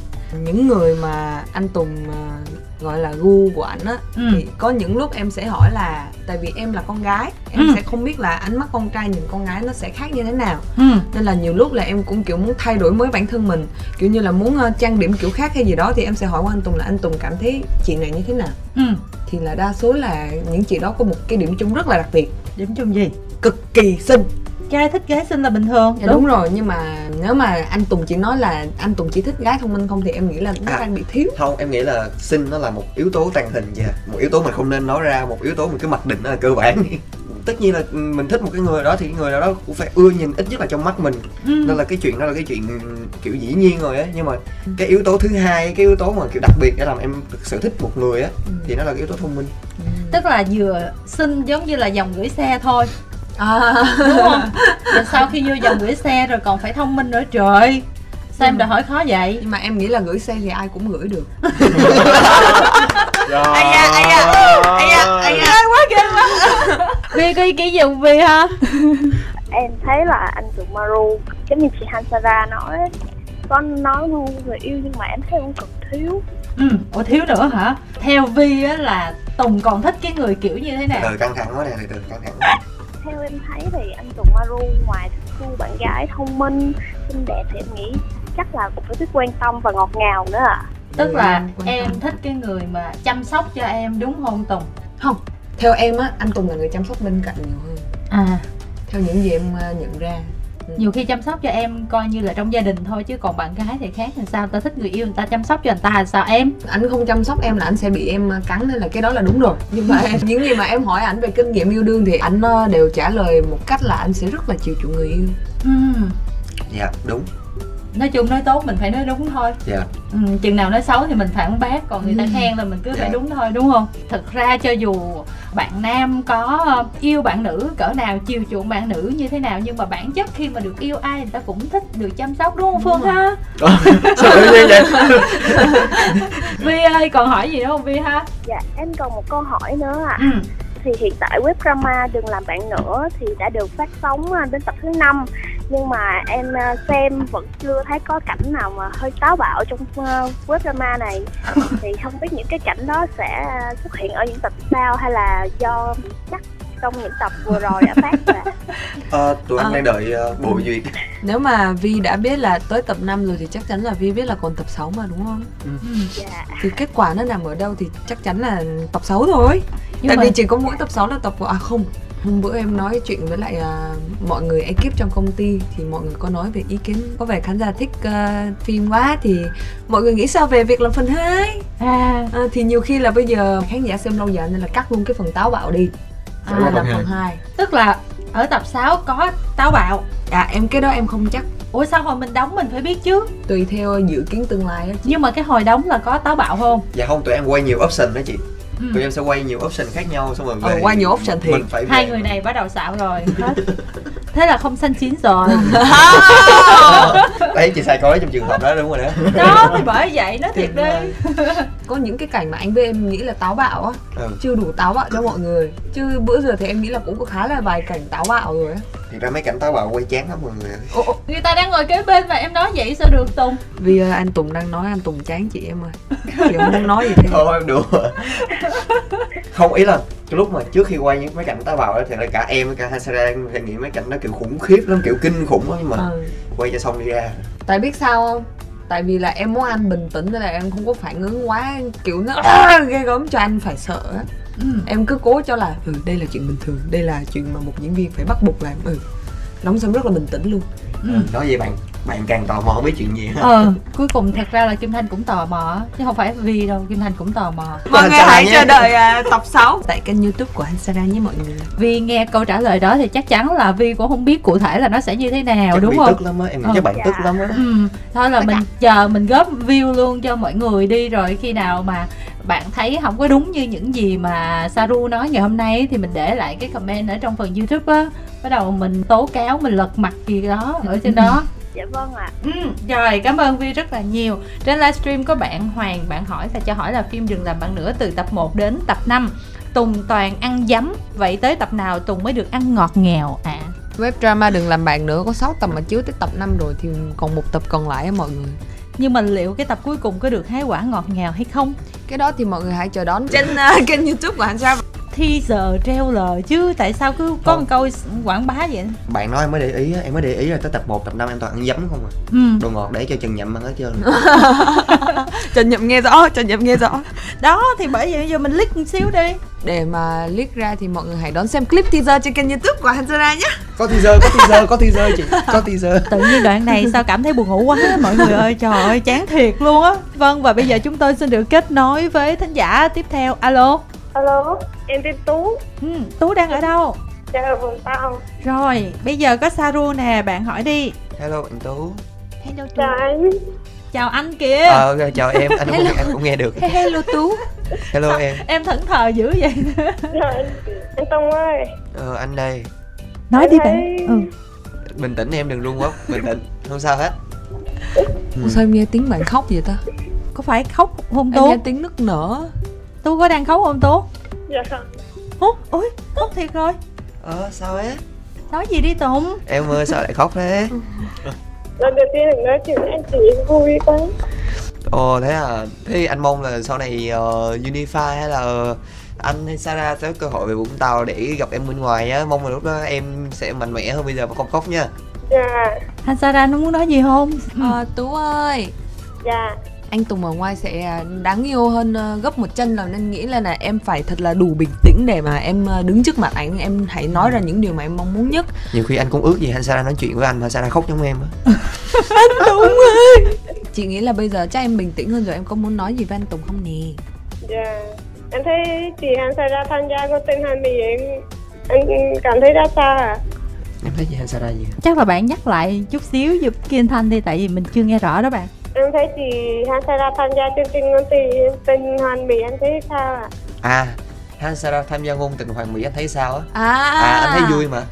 Speaker 5: những người mà anh Tùng ờ, gọi là gu của anh á
Speaker 4: ừ.
Speaker 5: thì có những lúc em sẽ hỏi là tại vì em là con gái em
Speaker 4: Ừ.
Speaker 5: sẽ không biết là ánh mắt con trai nhìn con gái nó sẽ khác như thế nào
Speaker 4: Ừ.
Speaker 5: nên là nhiều lúc là em cũng kiểu muốn thay đổi mới bản thân mình kiểu như là muốn ờ, trang điểm kiểu khác hay gì đó thì em sẽ hỏi qua anh Tùng là anh Tùng cảm thấy chị này như thế nào
Speaker 4: Ừ.
Speaker 5: thì là đa số là những chị đó có một cái điểm chung rất là đặc biệt
Speaker 4: điểm chung gì
Speaker 5: cực kỳ xinh
Speaker 4: trai thích gái xinh là bình thường
Speaker 5: dạ, đúng. rồi nhưng mà nếu mà anh Tùng chỉ nói là anh Tùng chỉ thích gái thông minh không thì em nghĩ là nó
Speaker 1: À.
Speaker 5: đang bị thiếu
Speaker 1: không em nghĩ là xinh nó là một yếu tố tàng hình và một yếu tố mình không nên nói ra một yếu tố mình cứ mặc định nó là cơ bản tất nhiên là ừ, mình thích một cái người đó thì cái người nào đó cũng phải ưa nhìn ít nhất là trong mắt mình
Speaker 4: ừ.
Speaker 1: nên là cái chuyện đó là cái chuyện kiểu dĩ nhiên rồi á nhưng mà cái yếu tố thứ hai cái yếu tố mà kiểu đặc biệt để làm em thực sự thích một người
Speaker 4: Ừ.
Speaker 1: á thì nó là cái yếu tố thông minh
Speaker 4: tức là vừa xinh giống như là dòng gửi xe thôi
Speaker 5: À.
Speaker 4: đúng không Rồi sau khi vô dòng gửi xe rồi còn phải thông minh nữa trời sao em đòi hỏi khó vậy
Speaker 5: nhưng mà em nghĩ là gửi xe thì ai cũng gửi được
Speaker 2: Trời ơi.
Speaker 4: vi có ý kiến gì không vi ha
Speaker 6: em thấy là anh Tùng Maru giống như chị Hansara nói ấy, có nói luôn người yêu nhưng mà em thấy cũng cực thiếu
Speaker 4: ừ ủa thiếu nữa hả theo vi á là tùng còn thích cái người kiểu như thế nào
Speaker 1: từ căng thẳng quá nè từ từ căng thẳng quá.
Speaker 6: theo em thấy thì anh Tùng Maru ngoài thích cô bạn gái thông minh xinh đẹp thì em nghĩ chắc là cũng phải thích quan tâm và ngọt ngào nữa ạ
Speaker 4: tức là
Speaker 5: Ừ, quan tâm.
Speaker 4: em thích cái người mà chăm sóc cho em đúng không tùng
Speaker 5: theo em á anh tùng là người chăm sóc bên cạnh nhiều hơn
Speaker 4: à
Speaker 5: theo những gì em ờ, nhận ra
Speaker 4: nhiều khi chăm sóc cho em coi như là trong gia đình thôi chứ còn bạn gái thì khác làm sao người ta thích người yêu người ta chăm sóc cho người ta là sao em
Speaker 5: anh không chăm sóc em là anh sẽ bị em ờ, cắn nên là cái đó là đúng rồi nhưng mà em, những gì mà em hỏi ảnh về kinh nghiệm yêu đương thì anh ờ, đều trả lời một cách là anh sẽ rất là chiều chuộng người yêu
Speaker 4: Ừm,
Speaker 1: dạ đúng
Speaker 4: nói chung nói tốt mình phải nói đúng thôi
Speaker 1: Dạ.
Speaker 4: Ừm, chừng nào nói xấu thì mình phản bác còn người ta khen là mình cứ phải
Speaker 1: Dạ.
Speaker 4: đúng thôi đúng không thực ra cho dù bạn nam có ờ, yêu bạn nữ cỡ nào chiều chuộng bạn nữ như thế nào nhưng mà bản chất khi mà được yêu ai người ta cũng thích được chăm sóc đúng không phương ha
Speaker 2: Sao tự nhiên vậy?
Speaker 4: vi ơi còn hỏi gì nữa không vi ha
Speaker 6: dạ em còn một câu hỏi nữa ạ thì hiện tại web drama đừng làm bạn nữa thì đã được phát sóng à, đến tập thứ năm nhưng mà em à, xem vẫn chưa thấy có cảnh nào mà hơi táo bạo trong à, web drama này thì không biết những cái cảnh đó sẽ à, xuất hiện ở những tập sau hay là do chắc trong những tập vừa rồi đã phát ra
Speaker 1: Ờ, tụi anh đang đợi ờ, bộ duyệt
Speaker 5: nếu mà vi đã biết là tới tập 5 rồi thì chắc chắn là vi biết là còn tập 6 mà đúng không
Speaker 6: dạ
Speaker 5: thì kết quả nó nằm ở đâu thì chắc chắn là tập 6 thôi
Speaker 4: nhưng
Speaker 5: tại
Speaker 4: mà
Speaker 5: vì chỉ có mỗi tập 6 là tập của- à không hôm bữa em nói chuyện với lại à, mọi người ekip trong công ty thì mọi người có nói về ý kiến có vẻ khán giả thích à, phim quá thì mọi người nghĩ sao về việc làm phần 2
Speaker 4: à,
Speaker 5: à, thì nhiều khi là bây giờ khán giả xem lâu dài nên là cắt luôn cái phần táo bạo đi
Speaker 4: À,
Speaker 5: rồi là làm
Speaker 2: phần
Speaker 5: phần 2
Speaker 4: tức là ở tập 6 có táo bạo
Speaker 5: à em cái đó em không chắc
Speaker 4: ủa sao hồi mình đóng mình phải biết chứ
Speaker 5: tùy theo dự kiến tương lai á
Speaker 4: nhưng mà cái hồi đóng là có táo bạo không
Speaker 1: dạ không tụi em quay nhiều option đó chị
Speaker 4: Ừ.
Speaker 1: tụi em sẽ quay nhiều option khác nhau xong rồi
Speaker 5: Ờ,
Speaker 1: về
Speaker 5: quay nhiều option thiệt.
Speaker 1: mình phải về
Speaker 4: hai người này bắt đầu xạo rồi hết thế là không xanh chín rồi Ờ.
Speaker 1: đấy chị sai coi trong trường hợp đó đúng rồi đó
Speaker 4: đó thì bởi vậy nói thiệt đi
Speaker 5: có những cái cảnh mà anh với em nghĩ là táo bạo á
Speaker 1: Ừ.
Speaker 5: chưa đủ táo bạo cho mọi người chứ bữa giờ thì em nghĩ là cũng có khá là vài cảnh táo bạo rồi á
Speaker 1: Thật ra mấy cảnh táo bạo quay chán lắm mọi người
Speaker 5: Ô, ô,
Speaker 4: người ta đang ngồi kế bên mà em nói vậy sao được tùng
Speaker 5: vì ờ, anh Tùng đang nói anh Tùng chán chị em ơi chị không muốn nói gì thêm
Speaker 1: thôi em đùa không ý là cái lúc mà trước khi quay những mấy cảnh táo bạo đó thì là cả em với cả Hasara đang phải nghĩ mấy cảnh nó kiểu khủng khiếp lắm kiểu kinh khủng lắm nhưng mà
Speaker 5: Ờ,
Speaker 1: quay cho xong đi ra
Speaker 5: tại biết sao không tại vì là em muốn anh bình tĩnh nên là em không có phản ứng quá kiểu nó "À", ghê gớm cho anh phải sợ á em cứ cố cho là ừ đây là chuyện bình thường đây là chuyện mà một diễn viên phải bắt buộc làm ừ đóng xong rất là bình tĩnh luôn
Speaker 4: Ừ.
Speaker 1: nói vậy bạn bạn càng tò mò không biết chuyện gì ha
Speaker 4: ờ cuối cùng thật ra là kim thanh cũng tò mò chứ không phải vì đâu kim thanh cũng tò mò
Speaker 1: Mọi người hãy chờ đợi
Speaker 5: à, tập 6 tại kênh youtube của anh Sarah nhé mọi người
Speaker 4: vì nghe câu trả lời đó thì chắc chắn là vi cũng không biết cụ thể là nó sẽ như thế nào
Speaker 1: chắc
Speaker 4: đúng
Speaker 1: bị
Speaker 4: không
Speaker 1: tức lắm á em nghĩ
Speaker 4: Ờ.
Speaker 1: chắc bạn
Speaker 6: Dạ.
Speaker 1: tức lắm á
Speaker 4: Ừ, thôi là mình chờ mình góp view luôn cho mọi người đi rồi khi nào mà bạn thấy không có đúng như những gì mà Saru nói ngày hôm nay ấy, thì mình để lại cái comment ở trong phần YouTube á bắt đầu mình tố cáo mình lật mặt gì đó ở trên đó
Speaker 6: dạ vâng ạ
Speaker 4: ừ, rồi cảm ơn Vi rất là nhiều trên livestream có bạn Hoàng bạn hỏi là cho hỏi là phim đừng làm bạn nữa từ tập 1 đến tập 5 Tùng toàn ăn dấm vậy tới tập nào Tùng mới được ăn ngọt nghèo à
Speaker 5: web drama đừng làm bạn nữa có 6 tập mà chiếu tới tập 5 rồi thì còn một tập còn lại á mọi người
Speaker 4: nhưng mà liệu cái tập cuối cùng có được hái quả ngọt nghèo hay không
Speaker 5: cái đó thì mọi người hãy chờ đón trên ờ, kênh youtube của anh Sarah
Speaker 4: thi giờ treo lờ chứ tại sao cứ có
Speaker 1: Không.
Speaker 4: một câu s- quảng bá vậy
Speaker 1: bạn nói em mới để ý á em mới để ý là tới tập 1, tập 5 em toàn ăn giấm không à
Speaker 4: ừ
Speaker 1: đồ ngọt để cho trần nhậm ăn hết trơn
Speaker 5: Trần Nhậm nghe rõ, Trần Nhậm nghe rõ
Speaker 4: đó thì bởi vậy giờ mình lít một xíu đi
Speaker 5: Để mà leak ra thì mọi người hãy đón xem clip teaser trên kênh youtube của Hanzara nhé
Speaker 1: có teaser có teaser có teaser chị có teaser
Speaker 4: tự nhiên đoạn này sao cảm thấy buồn ngủ quá mọi người ơi trời ơi chán thiệt luôn á vâng và bây giờ chúng tôi xin được kết nối với thính giả tiếp theo alo
Speaker 6: alo em tên tú
Speaker 4: ừ, tú đang ở đâu
Speaker 6: đang ở vườn tao
Speaker 4: rồi bây giờ có saru nè bạn hỏi đi
Speaker 1: hello anh tú
Speaker 4: hello chú
Speaker 6: chào anh
Speaker 4: chào anh kìa
Speaker 1: ờ ok, chào em anh cũng, anh cũng nghe được
Speaker 5: Hello Tú
Speaker 1: hello em
Speaker 4: em thẫn thờ dữ vậy
Speaker 6: Dạ, chào anh anh tông ơi
Speaker 1: ờ, anh đây
Speaker 4: nói đi bạn
Speaker 6: thấy-
Speaker 4: ừ.
Speaker 1: bình tĩnh em đừng run quá bình tĩnh không sao hết
Speaker 5: Ủa sao em nghe tiếng bạn khóc vậy ta
Speaker 4: có phải khóc không
Speaker 5: Em
Speaker 4: tú
Speaker 5: nghe tiếng nức nở
Speaker 4: tú có đang khóc không tú
Speaker 6: dạ không
Speaker 4: Ủa, ôi khóc thiệt rồi
Speaker 1: ờ sao á
Speaker 4: nói gì đi tụng
Speaker 1: em ơi sao lại khóc thế
Speaker 6: lần đầu tiên được nói chuyện với anh chị vui quá
Speaker 1: ồ thế à thế anh mong là sau này ờ, unify hay là anh hay Sarah sẽ có cơ hội về Vũng Tàu để gặp em bên ngoài á mong là lúc đó em sẽ mạnh mẽ hơn bây giờ và không khóc nha
Speaker 6: dạ
Speaker 4: anh Sarah nó muốn nói gì không
Speaker 5: à, Tú ơi
Speaker 6: dạ
Speaker 5: anh Tùng ở ngoài sẽ à, đáng yêu hơn à, gấp một chân là nên nghĩ là, là em phải thật là đủ bình tĩnh để mà em à, đứng trước mặt anh em hãy nói ra những điều mà em mong muốn nhất
Speaker 1: nhiều khi anh cũng ước gì anh Sarah nói chuyện với anh mà Sarah khóc giống em á
Speaker 5: chị nghĩ là bây giờ chắc em bình tĩnh hơn rồi em có muốn nói gì với anh Tùng không nè
Speaker 6: dạ em thấy chị Hằng Sa ra tham gia con tin hành thì em anh cảm thấy ra sao à
Speaker 1: em thấy gì anh Sarah gì
Speaker 4: chắc là bạn nhắc lại chút xíu giúp Kim Thanh đi tại vì mình chưa nghe rõ đó bạn
Speaker 6: em thấy chị Hằng Sa ra tham gia chương trình con tin tình hoàn mỹ em thấy sao à
Speaker 1: à anh Sarah tham gia ngôn tình hoàng mỹ anh thấy sao á
Speaker 5: à,
Speaker 1: à anh thấy vui mà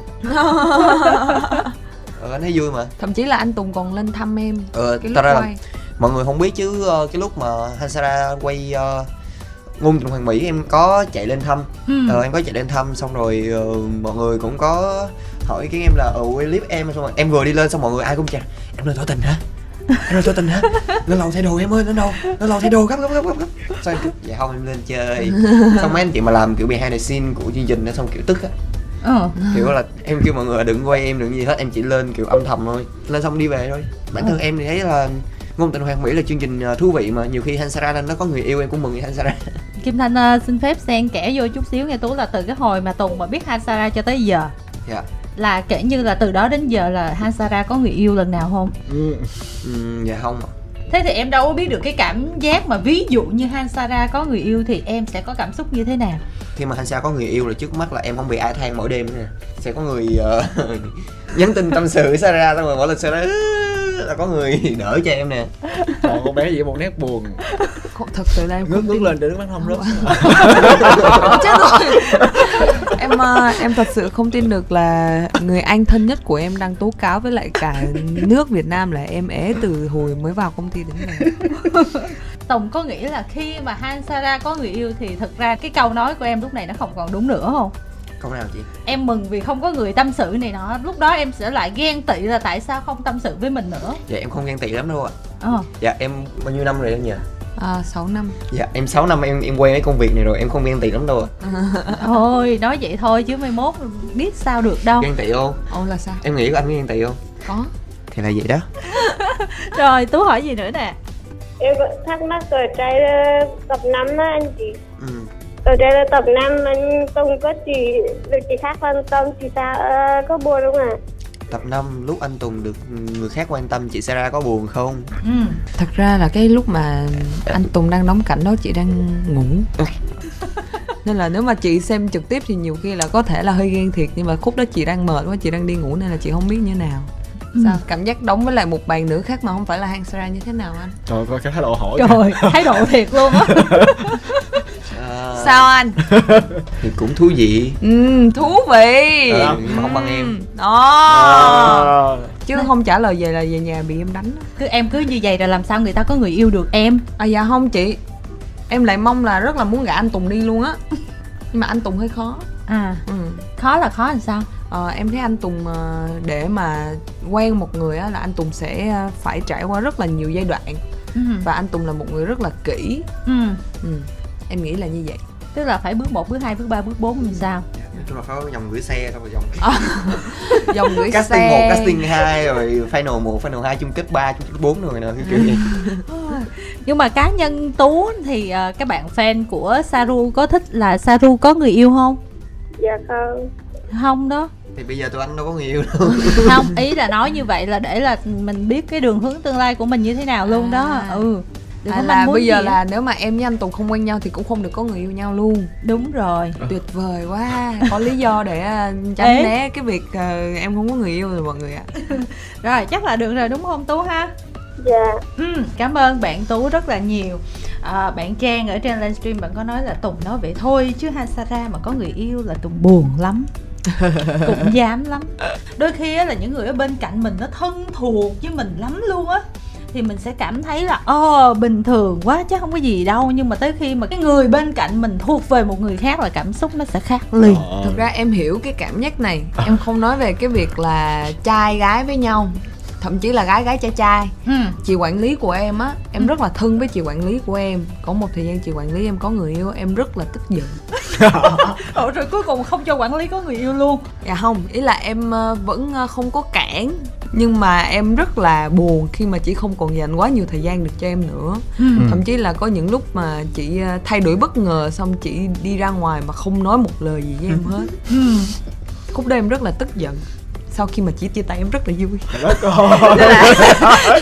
Speaker 1: ờ anh thấy vui mà
Speaker 5: thậm chí là anh Tùng còn lên thăm em
Speaker 1: ờ
Speaker 5: cái
Speaker 1: thật
Speaker 5: lúc
Speaker 1: ra là
Speaker 5: quay
Speaker 1: mọi người không biết chứ ờ, cái lúc mà Hansara quay ờ, ngôn tình hoàng mỹ em có chạy lên thăm
Speaker 4: ừ.
Speaker 1: Ờ, em có chạy lên thăm xong rồi ờ, mọi người cũng có hỏi cái em là ừ quay clip em xong rồi em vừa đi lên xong mọi người ai cũng chà em lên tỏ tình hả em lên tỏ tình hả lên lầu thay đồ em ơi lên đâu lên lầu thay đồ gấp gấp gấp gấp gấp xong em kiểu, dạ không em lên chơi xong mấy anh chị mà làm kiểu behind the scene của chương trình đó xong kiểu tức á
Speaker 4: Ờ.
Speaker 1: kiểu là em kêu mọi người đừng quay em đừng gì hết em chỉ lên kiểu âm thầm thôi lên xong đi về thôi bản thân em thì thấy là ngôn tình hoàng mỹ là chương trình ờ, thú vị mà nhiều khi hansara lên nó có người yêu em cũng mừng vì hansara
Speaker 4: Kim Thanh ờ, xin phép xen kẽ vô chút xíu nghe Tú là từ cái hồi mà Tùng mà biết Han Sara cho tới giờ
Speaker 1: Dạ.
Speaker 4: là kể như là từ đó đến giờ là Han Sara có người yêu lần nào không
Speaker 2: Ừ.
Speaker 1: ừ, dạ không ạ.
Speaker 4: thế thì em đâu có biết được cái cảm giác mà ví dụ như Han Sara có người yêu thì em sẽ có cảm xúc như thế nào
Speaker 1: khi mà hansara có người yêu là trước mắt là em không bị ai than mỗi đêm nữa nè sẽ có người ờ, nhắn tin tâm sự với sarah xong rồi mỗi lần sarah là có người đỡ cho em nè
Speaker 2: Còn con bé gì một nét buồn
Speaker 5: Không, thật sự là em
Speaker 2: Ngước
Speaker 5: không
Speaker 2: ngước
Speaker 5: tin
Speaker 2: lên để nước mắt không rớt
Speaker 3: chết rồi em ờ, em thật sự không tin được là người anh thân nhất của em đang tố cáo với lại cả nước Việt Nam là em ế từ hồi mới vào công ty đến giờ
Speaker 4: Tùng có nghĩ là khi mà Han Sara có người yêu thì thực ra cái câu nói của em lúc này nó không còn đúng nữa không
Speaker 1: câu nào chị
Speaker 4: em mừng vì không có người tâm sự này nọ lúc đó em sẽ lại ghen tị là tại sao không tâm sự với mình nữa
Speaker 1: dạ em không ghen tị lắm đâu ạ
Speaker 4: ờ
Speaker 1: dạ em bao nhiêu năm rồi em nhỉ
Speaker 5: à, 6 năm
Speaker 1: dạ em 6 năm em em quen cái công việc này rồi em không ghen tị lắm đâu ạ
Speaker 4: thôi nói vậy thôi chứ mai mốt biết sao được đâu
Speaker 1: ghen tị không
Speaker 5: Ồ là sao?
Speaker 1: em nghĩ của anh có ghen tị không
Speaker 5: Có
Speaker 1: thì là vậy đó
Speaker 4: rồi tú hỏi gì nữa nè
Speaker 6: em vẫn thắc mắc ở trailer tập 5 á anh chị
Speaker 1: ừ.
Speaker 6: ở trailer tập 5 anh Tùng có chị được chị khác quan tâm chị ta ờ, có buồn không ạ à?
Speaker 1: Tập 5 lúc anh Tùng được người khác quan tâm chị Sarah có buồn không?
Speaker 4: ừ
Speaker 5: Thật ra là cái lúc mà anh Tùng đang đóng cảnh đó chị đang ngủ Nên là nếu mà chị xem trực tiếp thì nhiều khi là có thể là hơi ghen thiệt Nhưng mà khúc đó chị đang mệt quá, chị đang đi ngủ nên là chị không biết như thế nào
Speaker 4: Ừ.
Speaker 5: Sao? Cảm giác đóng với lại một bạn nữ khác mà không phải là Hansara như thế nào anh?
Speaker 2: Trời ơi, cái thái độ hỏi kìa.
Speaker 4: trời thái độ thiệt luôn á
Speaker 5: Sao anh?
Speaker 1: À, Thì cũng thú vị
Speaker 5: Ừ, thú vị
Speaker 1: Ờ, nhưng mà không bằng em
Speaker 5: Ừ, Đó
Speaker 2: Ờ.
Speaker 5: Chứ không trả lời về là về nhà bị em đánh
Speaker 4: cứ em cứ như vậy rồi làm sao người ta có người yêu được em
Speaker 5: À dạ không chị Em lại mong là rất là muốn gả anh Tùng đi luôn á Nhưng mà anh Tùng hơi khó
Speaker 4: à
Speaker 5: Ừ
Speaker 4: khó là khó làm sao
Speaker 5: Ờ, em thấy anh Tùng ờ, để mà quen một người á, là anh Tùng sẽ ờ, phải trải qua rất là nhiều giai đoạn
Speaker 4: ừ
Speaker 5: và anh Tùng là một người rất là kỹ
Speaker 4: ừ
Speaker 5: ừ. em nghĩ là như vậy
Speaker 4: tức là phải bước một bước hai bước ba bước bốn làm sao
Speaker 5: Ừ.
Speaker 1: Nói chung là phải có dòng gửi xe xong rồi dòng
Speaker 5: dòng Ờ, gửi
Speaker 1: Casting
Speaker 5: xe
Speaker 1: 1, casting 2 rồi final 1, final 2, chung kết 3, chung kết 4 rồi nè
Speaker 5: Ừ.
Speaker 1: kiểu vậy.
Speaker 4: nhưng mà cá nhân tú thì ờ, các bạn fan của saru có thích là saru có người yêu không
Speaker 6: dạ không
Speaker 4: không đó
Speaker 1: Thì bây giờ tụi anh đâu có người yêu đâu
Speaker 4: không ý là nói như vậy là để là mình biết cái đường hướng tương lai của mình như thế nào luôn đó
Speaker 5: À.
Speaker 4: ừ Đừng
Speaker 5: à,
Speaker 4: có
Speaker 5: là
Speaker 4: mong muốn
Speaker 5: bây giờ
Speaker 4: gì á.
Speaker 5: là nếu mà em với anh Tùng không quen nhau thì cũng không được có người yêu nhau luôn
Speaker 4: đúng rồi
Speaker 5: tuyệt vời quá có lý do để ờ, tránh
Speaker 4: Ê.
Speaker 5: né cái việc ờ, em không có người yêu rồi mọi người ạ
Speaker 4: rồi chắc là được rồi đúng không tú ha
Speaker 6: dạ
Speaker 4: ừ, cảm ơn bạn tú rất là nhiều à, bạn trang ở trên livestream bạn có nói là tùng nói vậy thôi chứ hasara mà có người yêu là tùng buồn lắm cũng dám lắm đôi khi á là những người ở bên cạnh mình nó thân thuộc với mình lắm luôn á thì mình sẽ cảm thấy là ờ bình thường quá chắc không có gì đâu nhưng mà tới khi mà cái người bên cạnh mình thuộc về một người khác là cảm xúc nó sẽ khác liền
Speaker 5: thực
Speaker 2: Ờ.
Speaker 5: ra em hiểu cái cảm giác này em không nói về cái việc là trai gái với nhau thậm chí là gái gái trai trai
Speaker 4: ừ.
Speaker 5: chị quản lý của em á em
Speaker 4: Ừ.
Speaker 5: rất là thân với chị quản lý của em có một thời gian chị quản lý em có người yêu em rất là tức giận
Speaker 4: Ờ, rồi cuối cùng không cho quản lý có người yêu luôn
Speaker 5: dạ không ý là em ờ, vẫn ờ, không có cản nhưng mà em rất là buồn khi mà chị không còn dành quá nhiều thời gian được cho em nữa thậm chí là có những lúc mà chị ờ, thay đổi bất ngờ xong chị đi ra ngoài mà không nói một lời gì với em hết
Speaker 4: Ừ,
Speaker 5: khúc đó em rất là tức giận sau khi mà chị chia tay em rất là vui
Speaker 2: Đất ơi.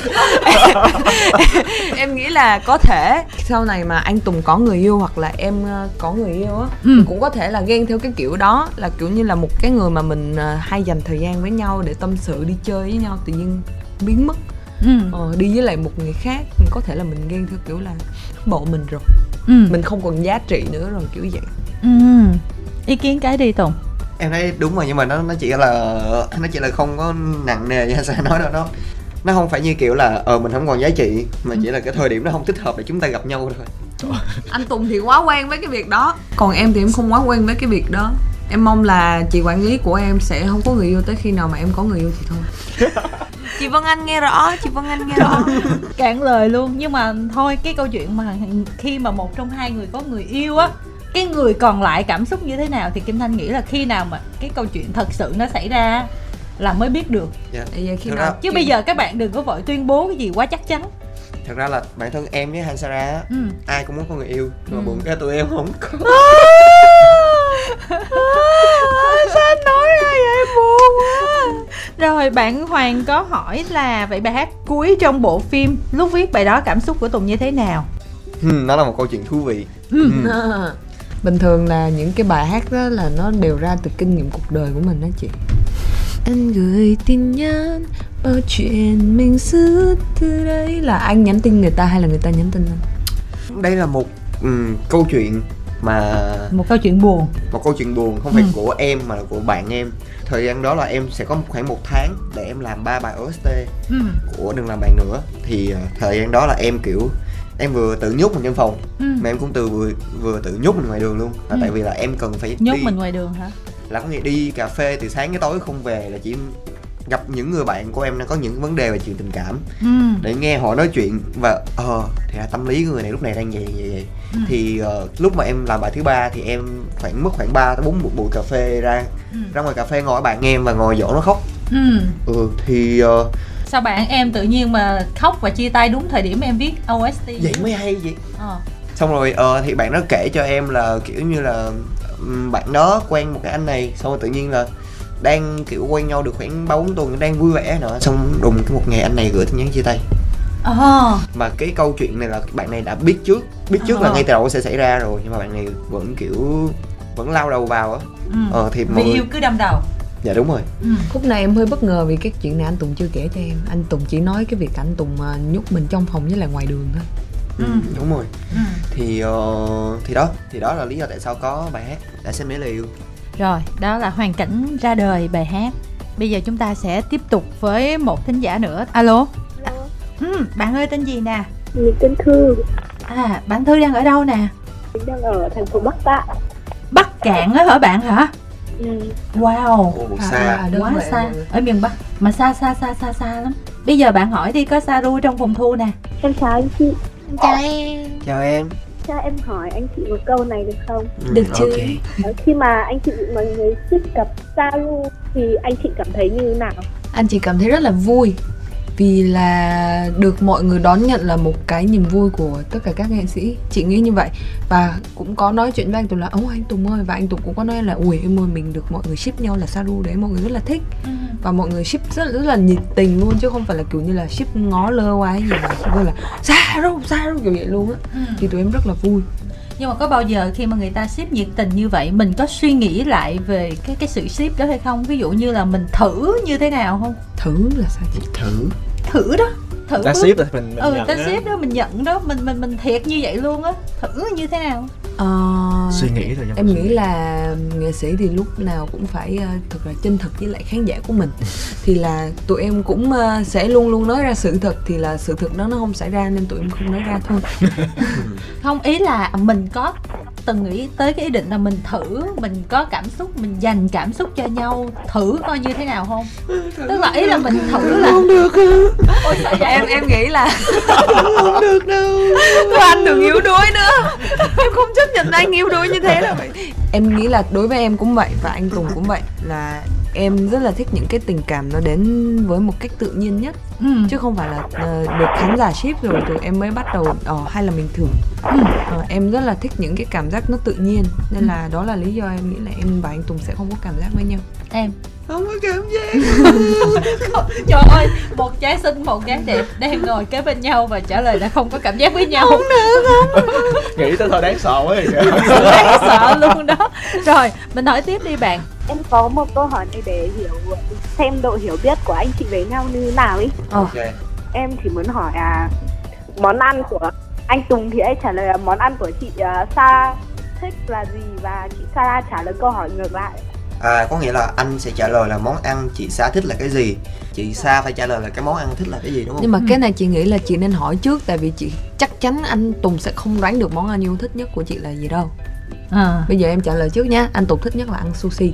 Speaker 5: em nghĩ là có thể sau này mà anh tùng có người yêu hoặc là em ờ, có người yêu á
Speaker 4: Ừ.
Speaker 5: cũng có thể là ghen theo cái kiểu đó là kiểu như là một cái người mà mình ờ, hay dành thời gian với nhau để tâm sự đi chơi với nhau tự nhiên biến mất
Speaker 4: ừ
Speaker 5: ờ, đi với lại một người khác có thể là mình ghen theo kiểu là bộ mình rồi
Speaker 4: ừ
Speaker 5: mình không còn giá trị nữa rồi kiểu vậy
Speaker 4: ừ ý kiến cái đi tùng
Speaker 1: em thấy đúng rồi nhưng mà nó nó chỉ là nó chỉ là không có nặng nề như sao nói đâu nó nó không phải như kiểu là ờ mình không còn giá trị
Speaker 5: Ừ.
Speaker 1: mà chỉ là cái thời điểm nó không thích hợp để chúng ta gặp nhau thôi
Speaker 5: anh tùng thì quá quen với cái việc đó còn em thì em không quá quen với cái việc đó em mong là chị quản lý của em sẽ không có người yêu tới khi nào mà em có người yêu thì thôi chị vân anh nghe rõ chị vân anh nghe rõ
Speaker 4: cạn lời luôn nhưng mà thôi cái câu chuyện mà khi mà một trong hai người có người yêu á cái người còn lại cảm xúc như thế nào thì kim thanh nghĩ là khi nào mà cái câu chuyện thật sự nó xảy ra là mới biết được
Speaker 1: Dạ.
Speaker 5: Tại vì khi
Speaker 1: Thật
Speaker 5: nào
Speaker 1: ra-
Speaker 4: chứ bây giờ các bạn đừng có vội tuyên bố cái gì quá chắc chắn
Speaker 1: thật ra là bản thân em với Hansara á,
Speaker 4: ừ.
Speaker 1: ai cũng muốn có người yêu nhưng mà buồn cái tụi em không có
Speaker 4: sao anh nói ra vậy buồn quá rồi bạn hoàng có hỏi là vậy bài hát cuối trong bộ phim lúc viết bài đó cảm xúc của tùng như thế nào
Speaker 1: Hmm, nó là một câu chuyện thú vị
Speaker 4: Ừ.
Speaker 1: Hmm.
Speaker 5: Ừ. bình thường là những cái bài hát đó là nó đều ra từ kinh nghiệm cuộc đời của mình đó chị anh gửi tin nhắn bao chuyện mình xứ từ đây là anh nhắn tin người ta hay là người ta nhắn tin anh
Speaker 1: đây là một ừm, câu chuyện mà
Speaker 4: một câu chuyện buồn
Speaker 1: một câu chuyện buồn không phải
Speaker 4: Ừ.
Speaker 1: của em mà là của bạn em thời gian đó là em sẽ có khoảng một tháng để em làm ba bài OST
Speaker 4: ừ.
Speaker 1: của đừng làm bạn nữa thì ờ, thời gian đó là em kiểu em vừa tự nhốt mình trong phòng
Speaker 4: Ừ.
Speaker 1: mà em cũng từ vừa vừa tự nhốt mình ngoài đường luôn là
Speaker 4: Ừ.
Speaker 1: tại vì là em cần phải
Speaker 4: nhốt
Speaker 1: đi
Speaker 4: mình ngoài đường hả
Speaker 1: là có nghĩa đi cà phê từ sáng tới tối không về là chỉ gặp những người bạn của em đang có những vấn đề về chuyện tình cảm
Speaker 4: ừ.
Speaker 1: để nghe họ nói chuyện và ờ thì là tâm lý của người này lúc này đang vậy vậy vậy
Speaker 4: Ừ.
Speaker 1: thì ờ, lúc mà em làm bài thứ ba thì em khoảng mất khoảng 3 tới bốn bu- buổi cà phê ra
Speaker 4: Ừ.
Speaker 1: ra ngoài cà phê ngồi với bạn em và ngồi dỗ nó khóc
Speaker 4: ừ.
Speaker 1: ừ thì ờ,
Speaker 4: sao bạn em tự nhiên mà khóc và chia tay đúng thời điểm em viết OST
Speaker 1: vậy mới hay vậy
Speaker 4: Ờ.
Speaker 1: xong rồi ờ thì bạn đó kể cho em là kiểu như là ừm, bạn đó quen một cái anh này xong rồi tự nhiên là đang kiểu quen nhau được khoảng ba bốn tuần đang vui vẻ nữa xong đùng cái một ngày anh này gửi tin nhắn chia tay
Speaker 4: Ờ.
Speaker 1: mà cái câu chuyện này là bạn này đã biết trước biết trước là
Speaker 4: Ờ.
Speaker 1: ngay từ đầu sẽ xảy ra rồi nhưng mà bạn này vẫn kiểu vẫn lao đầu vào á
Speaker 4: Ừ.
Speaker 1: ờ thì
Speaker 4: vì
Speaker 1: mọi người
Speaker 4: yêu cứ đâm đầu
Speaker 1: dạ đúng rồi
Speaker 4: ừ.
Speaker 5: khúc này em hơi bất ngờ vì cái chuyện này anh tùng chưa kể cho em anh tùng chỉ nói cái việc anh tùng à, nhốt mình trong phòng với lại ngoài đường thôi
Speaker 1: ừ.
Speaker 4: Ừ.
Speaker 1: đúng rồi
Speaker 4: Ừ.
Speaker 1: thì ờ, thì đó thì đó là lý do tại sao có bài hát đã xem mỹ liều
Speaker 4: rồi đó là hoàn cảnh ra đời bài hát bây giờ chúng ta sẽ tiếp tục với một thính giả nữa alo
Speaker 6: Alo.
Speaker 4: ừ. bạn ơi tên gì nè
Speaker 6: Nhìn kính thương
Speaker 4: à bạn thư đang ở đâu nè
Speaker 6: mình đang ở thành phố Bắc ạ
Speaker 4: bắc cạn á hả bạn hả
Speaker 6: ừ.
Speaker 4: wow
Speaker 1: ồ
Speaker 5: À,
Speaker 1: xa
Speaker 5: à, đơn
Speaker 4: quá
Speaker 5: lẻ
Speaker 4: xa
Speaker 5: mọi người.
Speaker 4: ở miền bắc mà xa xa xa xa xa lắm bây giờ bạn hỏi đi có xa ru trong phòng thu nè
Speaker 6: em chào anh chị
Speaker 1: chào em
Speaker 6: cho em hỏi anh chị một câu này được không
Speaker 1: Ừ,
Speaker 5: Được chứ.
Speaker 1: ok.
Speaker 6: Ờ, khi mà anh chị bị mọi người xích cặp Zalo thì anh chị cảm thấy như nào
Speaker 5: anh chỉ cảm thấy rất là vui vì là được mọi người đón nhận là một cái niềm vui của tất cả các nghệ sĩ chị nghĩ như vậy và cũng có nói chuyện với anh tùng là ô anh tùng ơi và anh tùng cũng có nói là ui em ơi mình được mọi người ship nhau là saru đấy mọi người rất là thích
Speaker 4: Ừ.
Speaker 5: và mọi người ship rất, rất là nhiệt tình luôn chứ không phải là kiểu như là ship ngó lơ qua hay gì mà ship là "Dạ, saru saru kiểu vậy luôn á thì tụi em rất là vui
Speaker 4: Nhưng mà có bao giờ khi mà người ta ship nhiệt tình như vậy Mình có suy nghĩ lại về cái cái sự ship đó hay không? Ví dụ như là mình thử như thế nào không?
Speaker 5: thử là sao chị
Speaker 1: thử
Speaker 4: Thử đó Thử
Speaker 2: Đã
Speaker 4: bước-
Speaker 2: ship rồi mình, mình
Speaker 4: Ừ
Speaker 2: nhận
Speaker 4: ta
Speaker 2: á.
Speaker 4: ship đó mình nhận đó Mình mình mình thiệt như vậy luôn á Thử như thế nào
Speaker 5: Ờ, Ờ,
Speaker 2: suy nghĩ thời gian
Speaker 5: em nghĩ là nghệ sĩ thì lúc nào cũng phải ờ, thật là chân thật với lại khán giả của mình thì là tụi em cũng ờ, sẽ luôn luôn nói ra sự thật thì là sự thật đó nó không xảy ra nên tụi em không nói ra thôi
Speaker 4: không ý là mình có từng nghĩ tới cái ý định là mình thử mình có cảm xúc mình dành cảm xúc cho nhau thử coi như thế nào không tức là ý là mình thử là không được ôi sao vậy
Speaker 5: em em nghĩ là không được đâu anh đừng yếu đuối nữa em không chấp nhận anh yếu đuối như thế đâu em nghĩ là đối với em cũng vậy và anh tùng cũng vậy là em rất là thích những cái tình cảm nó đến với một cách tự nhiên nhất
Speaker 4: ừ.
Speaker 5: chứ không phải là ờ, được khán giả ship rồi tụi em mới bắt đầu ờ hay là mình thử Ờ, em rất là thích những cái cảm giác nó tự nhiên nên là đó là lý do em nghĩ là em và anh Tùng sẽ không có cảm giác với nhau
Speaker 4: em
Speaker 5: không có cảm giác
Speaker 4: trời ơi một trái xinh một trái đẹp đang ngồi kế bên nhau và trả lời là không có cảm giác với nhau
Speaker 2: nghĩ tới thôi đáng sợ ấy
Speaker 4: đáng sợ luôn đó rồi mình hỏi tiếp đi bạn
Speaker 6: Em có một câu hỏi này để hiểu xem độ hiểu biết của anh chị với nhau như nào ấy.
Speaker 1: ok
Speaker 6: Em chỉ muốn hỏi à món ăn của anh Tùng thì anh trả lời là món ăn của chị à, Sa thích là gì và chị Sa trả lời câu hỏi ngược lại.
Speaker 1: à, có nghĩa là anh sẽ trả lời là món ăn chị Sa thích là cái gì chị Sa phải trả lời là cái món ăn thích là cái gì đúng không
Speaker 5: nhưng mà cái này chị nghĩ là chị nên hỏi trước tại vì chị chắc chắn anh Tùng sẽ không đoán được món ăn yêu thích nhất của chị là gì đâu
Speaker 4: à.
Speaker 5: bây giờ em trả lời trước nhá anh Tùng thích nhất là ăn sushi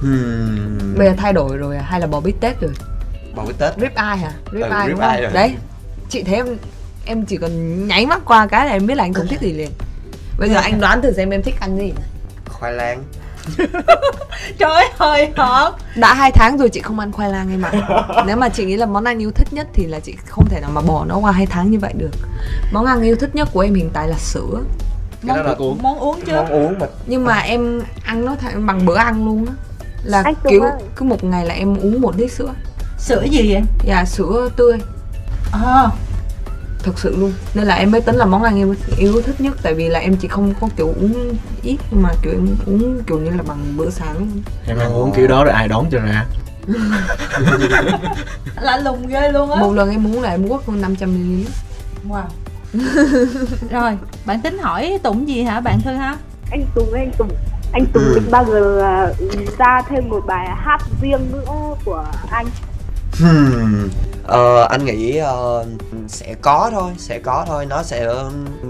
Speaker 1: hmm.
Speaker 5: bây giờ thay đổi rồi à? hay là bò bít tết rồi
Speaker 1: bò bít tết
Speaker 5: rib eye hả rib
Speaker 1: Ừ,
Speaker 5: eye
Speaker 1: rib
Speaker 5: đúng không
Speaker 1: eye rồi.
Speaker 5: đấy chị thấy em em chỉ cần nháy mắt qua cái là em biết là anh Tùng thích gì liền bây giờ anh đoán thử xem em thích ăn gì
Speaker 1: khoai lang
Speaker 4: trời ơi hợp
Speaker 5: đã hai tháng rồi chị không ăn khoai lang em ạ nếu mà chị nghĩ là món ăn yêu thích nhất thì là chị không thể nào mà bỏ nó qua hai tháng như vậy được món ăn yêu thích nhất của em hiện tại là sữa
Speaker 1: Cái đó là
Speaker 4: món, món uống chứ
Speaker 1: món uống mà
Speaker 5: nhưng mà em ăn nó th- bằng bữa ăn luôn á là
Speaker 6: Anh Tùng
Speaker 5: kiểu
Speaker 6: ơi.
Speaker 5: cứ một ngày là em uống một lít sữa
Speaker 4: sữa gì vậy
Speaker 5: dạ sữa tươi
Speaker 4: à,
Speaker 5: thật sự luôn nên là em mới tính là món ăn em yêu thích nhất tại vì là em chỉ không có kiểu uống ít nhưng mà kiểu em uống kiểu như là bằng bữa sáng luôn.
Speaker 2: em ăn uống kiểu đó rồi ai đón cho ra
Speaker 4: lạ lùng ghê luôn á
Speaker 5: một lần em uống là em quất luôn 500 ml
Speaker 4: wow rồi bạn tính hỏi tụng gì hả bạn thư ha
Speaker 6: Anh Tùng ơi, anh Tùng anh Tùng
Speaker 1: Ừ.
Speaker 6: định bao giờ à, ra thêm một bài hát riêng nữa của anh
Speaker 1: Hmm. Ờ, anh nghĩ ờ, sẽ có thôi, sẽ có thôi. Nó sẽ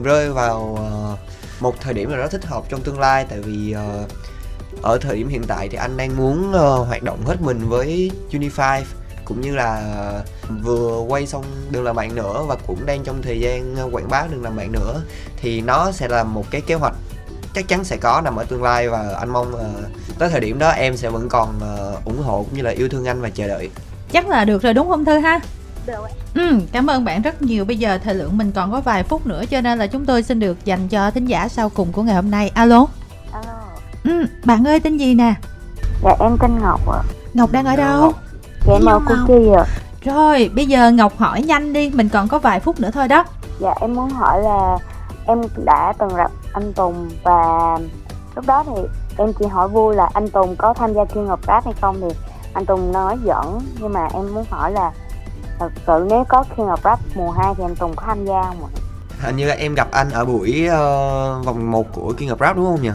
Speaker 1: rơi vào ờ, một thời điểm nào đó thích hợp trong tương lai. Tại vì ờ, ở thời điểm hiện tại thì anh đang muốn ờ, hoạt động hết mình với Unify cũng như là vừa quay xong đừng làm bạn nữa và cũng đang trong thời gian ờ, quảng bá đừng làm bạn nữa thì nó sẽ là một cái kế hoạch chắc chắn sẽ có nằm ở tương lai và anh mong ờ, tới thời điểm đó em sẽ vẫn còn ờ, ủng hộ cũng như là yêu thương anh và chờ đợi
Speaker 4: chắc là được rồi đúng không thư ha
Speaker 6: được ạ.
Speaker 4: Ừ, cảm ơn bạn rất nhiều. Bây giờ thời lượng mình còn có vài phút nữa cho nên là chúng tôi xin được dành cho thính giả sau cùng của ngày hôm nay. Alo.
Speaker 6: Alo.
Speaker 4: Ừ, bạn ơi tên gì nè?
Speaker 6: Dạ em tên Ngọc ạ.
Speaker 4: Ngọc đang ở đâu?
Speaker 6: Dạ em
Speaker 4: Hello
Speaker 6: ở Củ
Speaker 4: Ngọc.
Speaker 6: Chi ạ.
Speaker 4: Rồi, bây giờ Ngọc hỏi nhanh đi, mình còn có vài phút nữa thôi đó.
Speaker 6: Dạ em muốn hỏi là em đã từng gặp anh Tùng và lúc đó thì em chỉ hỏi vui là anh Tùng có tham gia chuyên ngọc rap hay không thì anh Tùng nói giỡn nhưng mà em muốn hỏi là thật sự nếu có khi ngọc rap mùa 2 thì anh Tùng có tham gia không ạ?
Speaker 1: Hình như là em gặp anh ở buổi ờ, vòng 1 của King of Rap đúng không nhỉ?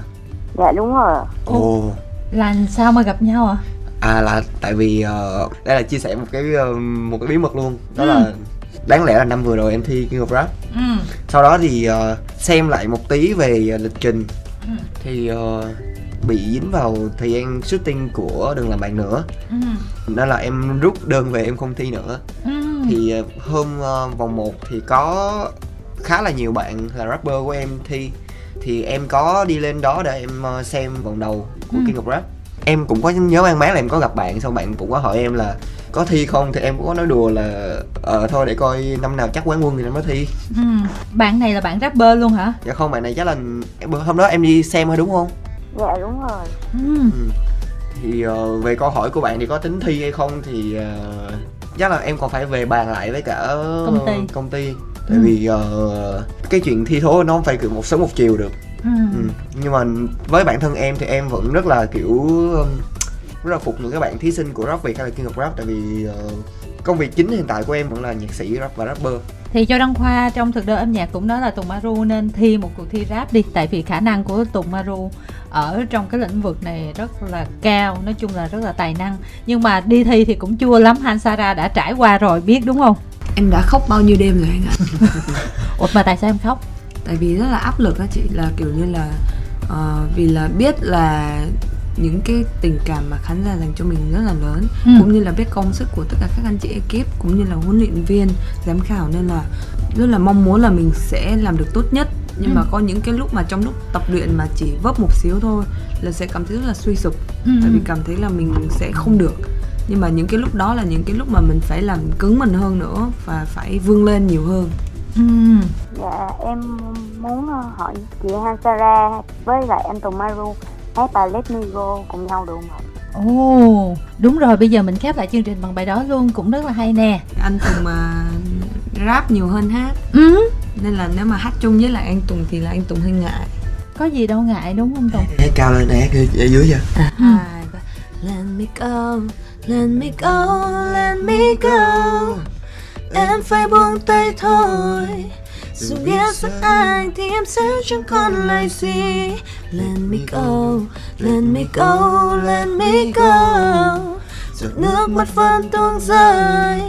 Speaker 6: Dạ đúng rồi. ạ.
Speaker 4: Ồ. Là sao mà gặp nhau à?
Speaker 1: À là tại vì ờ, đây là chia sẻ một cái ờ, một cái bí mật luôn. Đó là đáng lẽ là năm vừa rồi em thi King of Rap.
Speaker 4: Ừ.
Speaker 1: Sau đó thì ờ, xem lại một tí về ờ, lịch trình
Speaker 4: Ừ.
Speaker 1: thì ờ, bị dính vào thời gian shooting của đừng làm bạn nữa
Speaker 4: Ừ.
Speaker 1: nên là em rút đơn về em không thi nữa
Speaker 4: Ừ.
Speaker 1: thì ờ, hôm ờ, vòng 1 thì có khá là nhiều bạn là rapper của em thi thì em có đi lên đó để em ờ, xem vòng đầu của
Speaker 4: Ừ.
Speaker 1: King of Rap em cũng có nhớ mang máng là em có gặp bạn xong bạn cũng có hỏi em là có thi không thì em cũng có nói đùa là ờ thôi để coi năm nào chắc quán quân thì năm đó thi
Speaker 4: Ừ. Bạn này là bạn rapper luôn hả?
Speaker 1: dạ không bạn này chắc là em, bữa hôm đó em đi xem thôi đúng không
Speaker 6: Dạ đúng rồi.
Speaker 4: Ừ.
Speaker 1: thì ờ, về câu hỏi của bạn thì có tính thi hay không thì ờ, chắc là em còn phải về bàn lại với cả
Speaker 4: Công ty.
Speaker 1: công ty tại
Speaker 4: Ừ.
Speaker 1: vì ờ, cái chuyện thi thố nó không phải kiểu một sớm một chiều được
Speaker 4: Ừ.
Speaker 1: ừ. nhưng mà với bản thân em thì em vẫn rất là kiểu um, rất là phục những các bạn thí sinh của rap việt hay là chuyên nghiệp rap tại vì ờ, công việc chính hiện tại của em vẫn là nhạc sĩ rap và rapper
Speaker 4: thì Châu Đăng Khoa trong thực đơn âm nhạc cũng nói là Tùng Maru nên thi một cuộc thi rap đi tại vì khả năng của Tùng Maru ở trong cái lĩnh vực này rất là cao nói chung là rất là tài năng nhưng mà đi thi thì cũng chua lắm Han Sara đã trải qua rồi biết đúng không
Speaker 5: em đã khóc bao nhiêu đêm rồi anh ạ
Speaker 4: Ủa mà tại sao em khóc
Speaker 5: tại vì rất là áp lực á chị là kiểu như là ờ, vì là biết là những cái tình cảm mà khán giả dành cho mình rất là lớn
Speaker 4: Ừ.
Speaker 5: cũng như là biết công sức của tất cả các anh chị ekip cũng như là huấn luyện viên giám khảo nên là rất là mong muốn là mình sẽ làm được tốt nhất nhưng
Speaker 4: Ừ.
Speaker 5: mà có những cái lúc mà trong lúc tập luyện mà chỉ vấp một xíu thôi là sẽ cảm thấy rất là suy sụp
Speaker 4: Ừ.
Speaker 5: tại vì cảm thấy là mình sẽ không được nhưng mà những cái lúc đó là những cái lúc mà mình phải làm cứng mình hơn nữa và phải vươn lên nhiều hơn
Speaker 4: Ừm.
Speaker 6: Dạ em muốn ờ, hỏi chị Hansara với lại anh Tùng Maru hát bài Let Me Go cùng nhau được không ạ?
Speaker 4: Ồ, đúng rồi, bây giờ mình khép lại chương trình bằng bài đó luôn, cũng rất là hay nè.
Speaker 5: anh Tùng mà rap nhiều hơn hát
Speaker 4: Ừ,
Speaker 5: nên là nếu mà hát chung với lại anh Tùng thì là anh Tùng hơi ngại
Speaker 4: có gì đâu ngại đúng không Tùng?
Speaker 1: hát cao lên nè ở dưới vậy
Speaker 5: Hai, ba. Let me go, let me go, let me go Em phải buông tay thôi Hmm. Dù biết rất anh thì em sẽ chẳng còn lại gì Let me go, let me go, let me go Giọt nước mắt vẫn tuôn rơi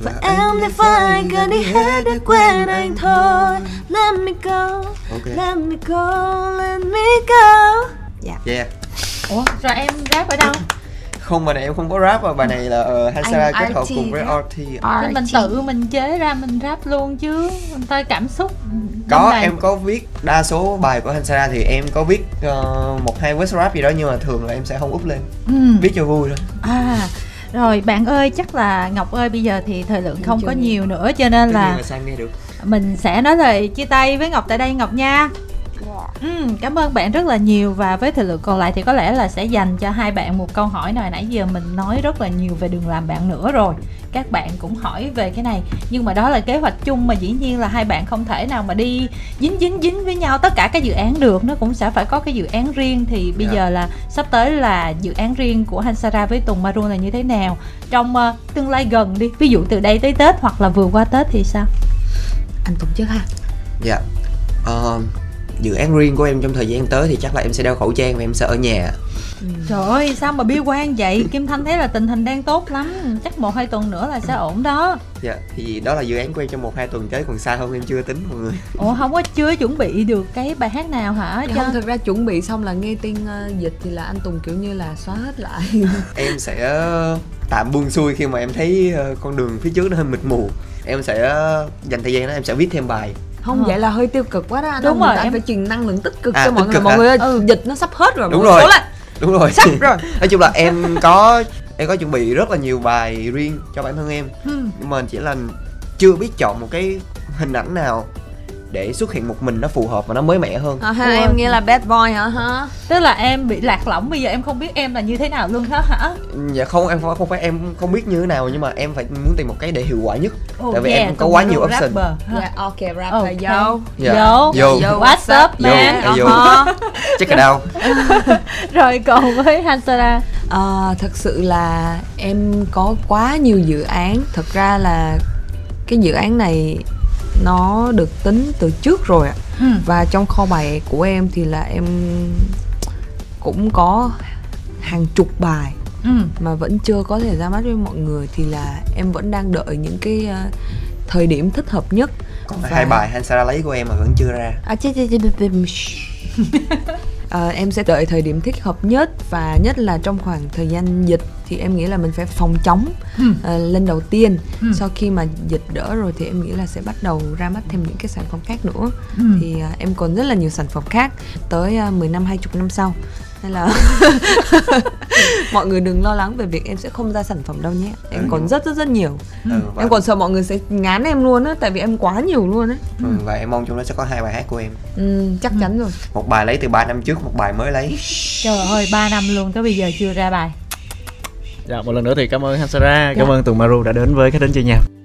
Speaker 5: Và em thì phải gần đi hết để quên anh thôi Let me go,
Speaker 1: ok
Speaker 5: let me go, let me go
Speaker 1: yeah
Speaker 4: Ủa, rồi em rap ở đâu?
Speaker 1: không bài này em không có rap mà bài này là uh, Hasara kết hợp cùng với RT
Speaker 4: Nên mình tự mình chế ra mình rap luôn chứ, mình coi cảm xúc.
Speaker 1: có
Speaker 4: bên này.
Speaker 1: em có viết đa số bài của Hansara thì em có viết ờ, một hai verse rap gì đó nhưng mà thường là em sẽ không úp lên
Speaker 4: Ừ.
Speaker 1: viết cho vui thôi
Speaker 4: À, rồi bạn ơi, chắc là Ngọc ơi bây giờ thì thời lượng không có nhiều nữa cho nên
Speaker 1: Tất nhiên
Speaker 4: là
Speaker 1: là sang nghe được
Speaker 4: mình sẽ nói lời chia tay với Ngọc tại đây Ngọc nha.
Speaker 6: Dạ.
Speaker 4: Ừ, cảm ơn bạn rất là nhiều và với thời lượng còn lại thì có lẽ là sẽ dành cho hai bạn một câu hỏi này nãy giờ mình nói rất là nhiều về đường làm bạn nữa rồi các bạn cũng hỏi về cái này nhưng mà đó là kế hoạch chung mà dĩ nhiên là hai bạn không thể nào mà đi dính dính dính với nhau tất cả các dự án được nó cũng sẽ phải có cái dự án riêng thì bây
Speaker 1: Dạ.
Speaker 4: giờ là sắp tới là dự án riêng của Hansara với Tùng Maru là như thế nào trong ờ, tương lai gần đi ví dụ từ đây tới Tết hoặc là vừa qua Tết thì sao
Speaker 5: Anh Tùng trước ha
Speaker 1: dạ Ờ, dự án riêng của em trong thời gian tới thì chắc là em sẽ đeo khẩu trang và em sẽ ở nhà
Speaker 4: Trời ơi, sao mà bi quan vậy? Kim Thanh thấy là tình hình đang tốt lắm Chắc một hai tuần nữa là sẽ ổn đó
Speaker 1: dạ thì đó là dự án của em trong một hai tuần tới còn xa hơn em chưa tính mọi người
Speaker 4: Ủa không có chưa chuẩn bị được cái bài hát nào hả?
Speaker 5: Dạ
Speaker 4: Cho-
Speaker 5: Không, thực ra chuẩn bị xong là nghe tin ờ, dịch thì là anh Tùng kiểu như là xóa hết lại
Speaker 1: em sẽ ờ, tạm buông xuôi khi mà em thấy ờ, con đường phía trước nó hơi mịt mù em sẽ ờ, dành thời gian đó em sẽ viết thêm bài
Speaker 5: Không,
Speaker 4: Ờ.
Speaker 5: vậy là hơi tiêu cực quá đó anh
Speaker 4: Đúng
Speaker 5: Tùng,
Speaker 4: rồi,
Speaker 5: tại
Speaker 4: em-
Speaker 5: phải truyền năng lượng tích cực
Speaker 1: À,
Speaker 5: cho mọi
Speaker 1: tích
Speaker 5: người
Speaker 1: cực
Speaker 5: Mọi
Speaker 1: hả?
Speaker 5: người ơi, dịch nó sắp hết rồi
Speaker 1: Đúng
Speaker 5: mọi người.
Speaker 1: rồi.
Speaker 5: Cố lên.
Speaker 1: đúng rồi
Speaker 5: Sắp rồi.
Speaker 1: nói chung là em có em có chuẩn bị rất là nhiều bài riêng cho bản thân em
Speaker 5: Hmm.
Speaker 4: Ừ.
Speaker 1: nhưng mà chỉ là chưa biết chọn một cái hình ảnh nào để xuất hiện một mình nó phù hợp và nó mới mẻ hơn
Speaker 5: À, ha, em nghe là bad boy hả hả?
Speaker 4: Tức là em bị lạc lõng bây giờ em không biết em là như thế nào luôn đó hả?
Speaker 1: dạ không em không, không phải em không biết như thế nào nhưng mà em phải muốn tìm một cái để hiệu quả nhất
Speaker 4: Oh
Speaker 1: Tại vì em
Speaker 4: yeah,
Speaker 1: không có
Speaker 4: Tùng
Speaker 1: quá
Speaker 4: Maru
Speaker 1: nhiều option.
Speaker 4: rapper, ha.
Speaker 5: Yeah, Dạ, Ờ, ok, rap
Speaker 4: Ok.
Speaker 5: là vô
Speaker 1: Dạ.
Speaker 4: Vô.
Speaker 1: Vô.
Speaker 5: Vô,
Speaker 4: What's up,
Speaker 1: Vô.
Speaker 4: man?
Speaker 1: Vô.
Speaker 5: Uh-huh.
Speaker 1: check it out
Speaker 4: Dạ. Rồi còn với Hansara
Speaker 5: Ờ, thật sự là em có quá nhiều dự án thật ra là cái dự án này nó được tính từ trước rồi ạ
Speaker 4: Ừ.
Speaker 5: và trong kho bài của em thì là em cũng có hàng chục bài
Speaker 4: ừ.
Speaker 5: mà vẫn chưa có thể ra mắt với mọi người thì là em vẫn đang đợi những cái ờ, thời điểm thích hợp nhất
Speaker 1: còn
Speaker 5: Và-
Speaker 1: hai bài Hansara lấy của em mà vẫn chưa ra
Speaker 5: À, chết, chết, chết, bim, bim, shh. Ờ, em sẽ đợi thời điểm thích hợp nhất và nhất là trong khoảng thời gian dịch thì em nghĩ là mình phải phòng chống ờ, lần đầu tiên sau khi mà dịch đỡ rồi thì em nghĩ là sẽ bắt đầu ra mắt thêm những cái sản phẩm khác nữa
Speaker 4: ừ.
Speaker 5: thì ờ, em còn rất là nhiều sản phẩm khác tới ờ, 10 năm 20 năm sau nên là mọi người đừng lo lắng về việc em sẽ không ra sản phẩm đâu nhé
Speaker 1: Ừ.
Speaker 5: em còn rất rất rất nhiều
Speaker 1: ừ, và,
Speaker 5: Hmm. em còn sợ mọi người sẽ ngán em luôn á tại vì em quá nhiều luôn á
Speaker 1: ừ, và em mong trong đó sẽ có hai bài hát của em
Speaker 5: ừ, chắc chắn rồi
Speaker 1: một bài lấy từ 3 năm trước một bài mới lấy
Speaker 4: Trời ơi 3 năm luôn tới bây giờ chưa ra bài
Speaker 5: Dạ.
Speaker 2: Dạ, một lần nữa thì cảm ơn Hansara, cảm ơn Tùng Maru đã đến với cái đến chơi nhạc.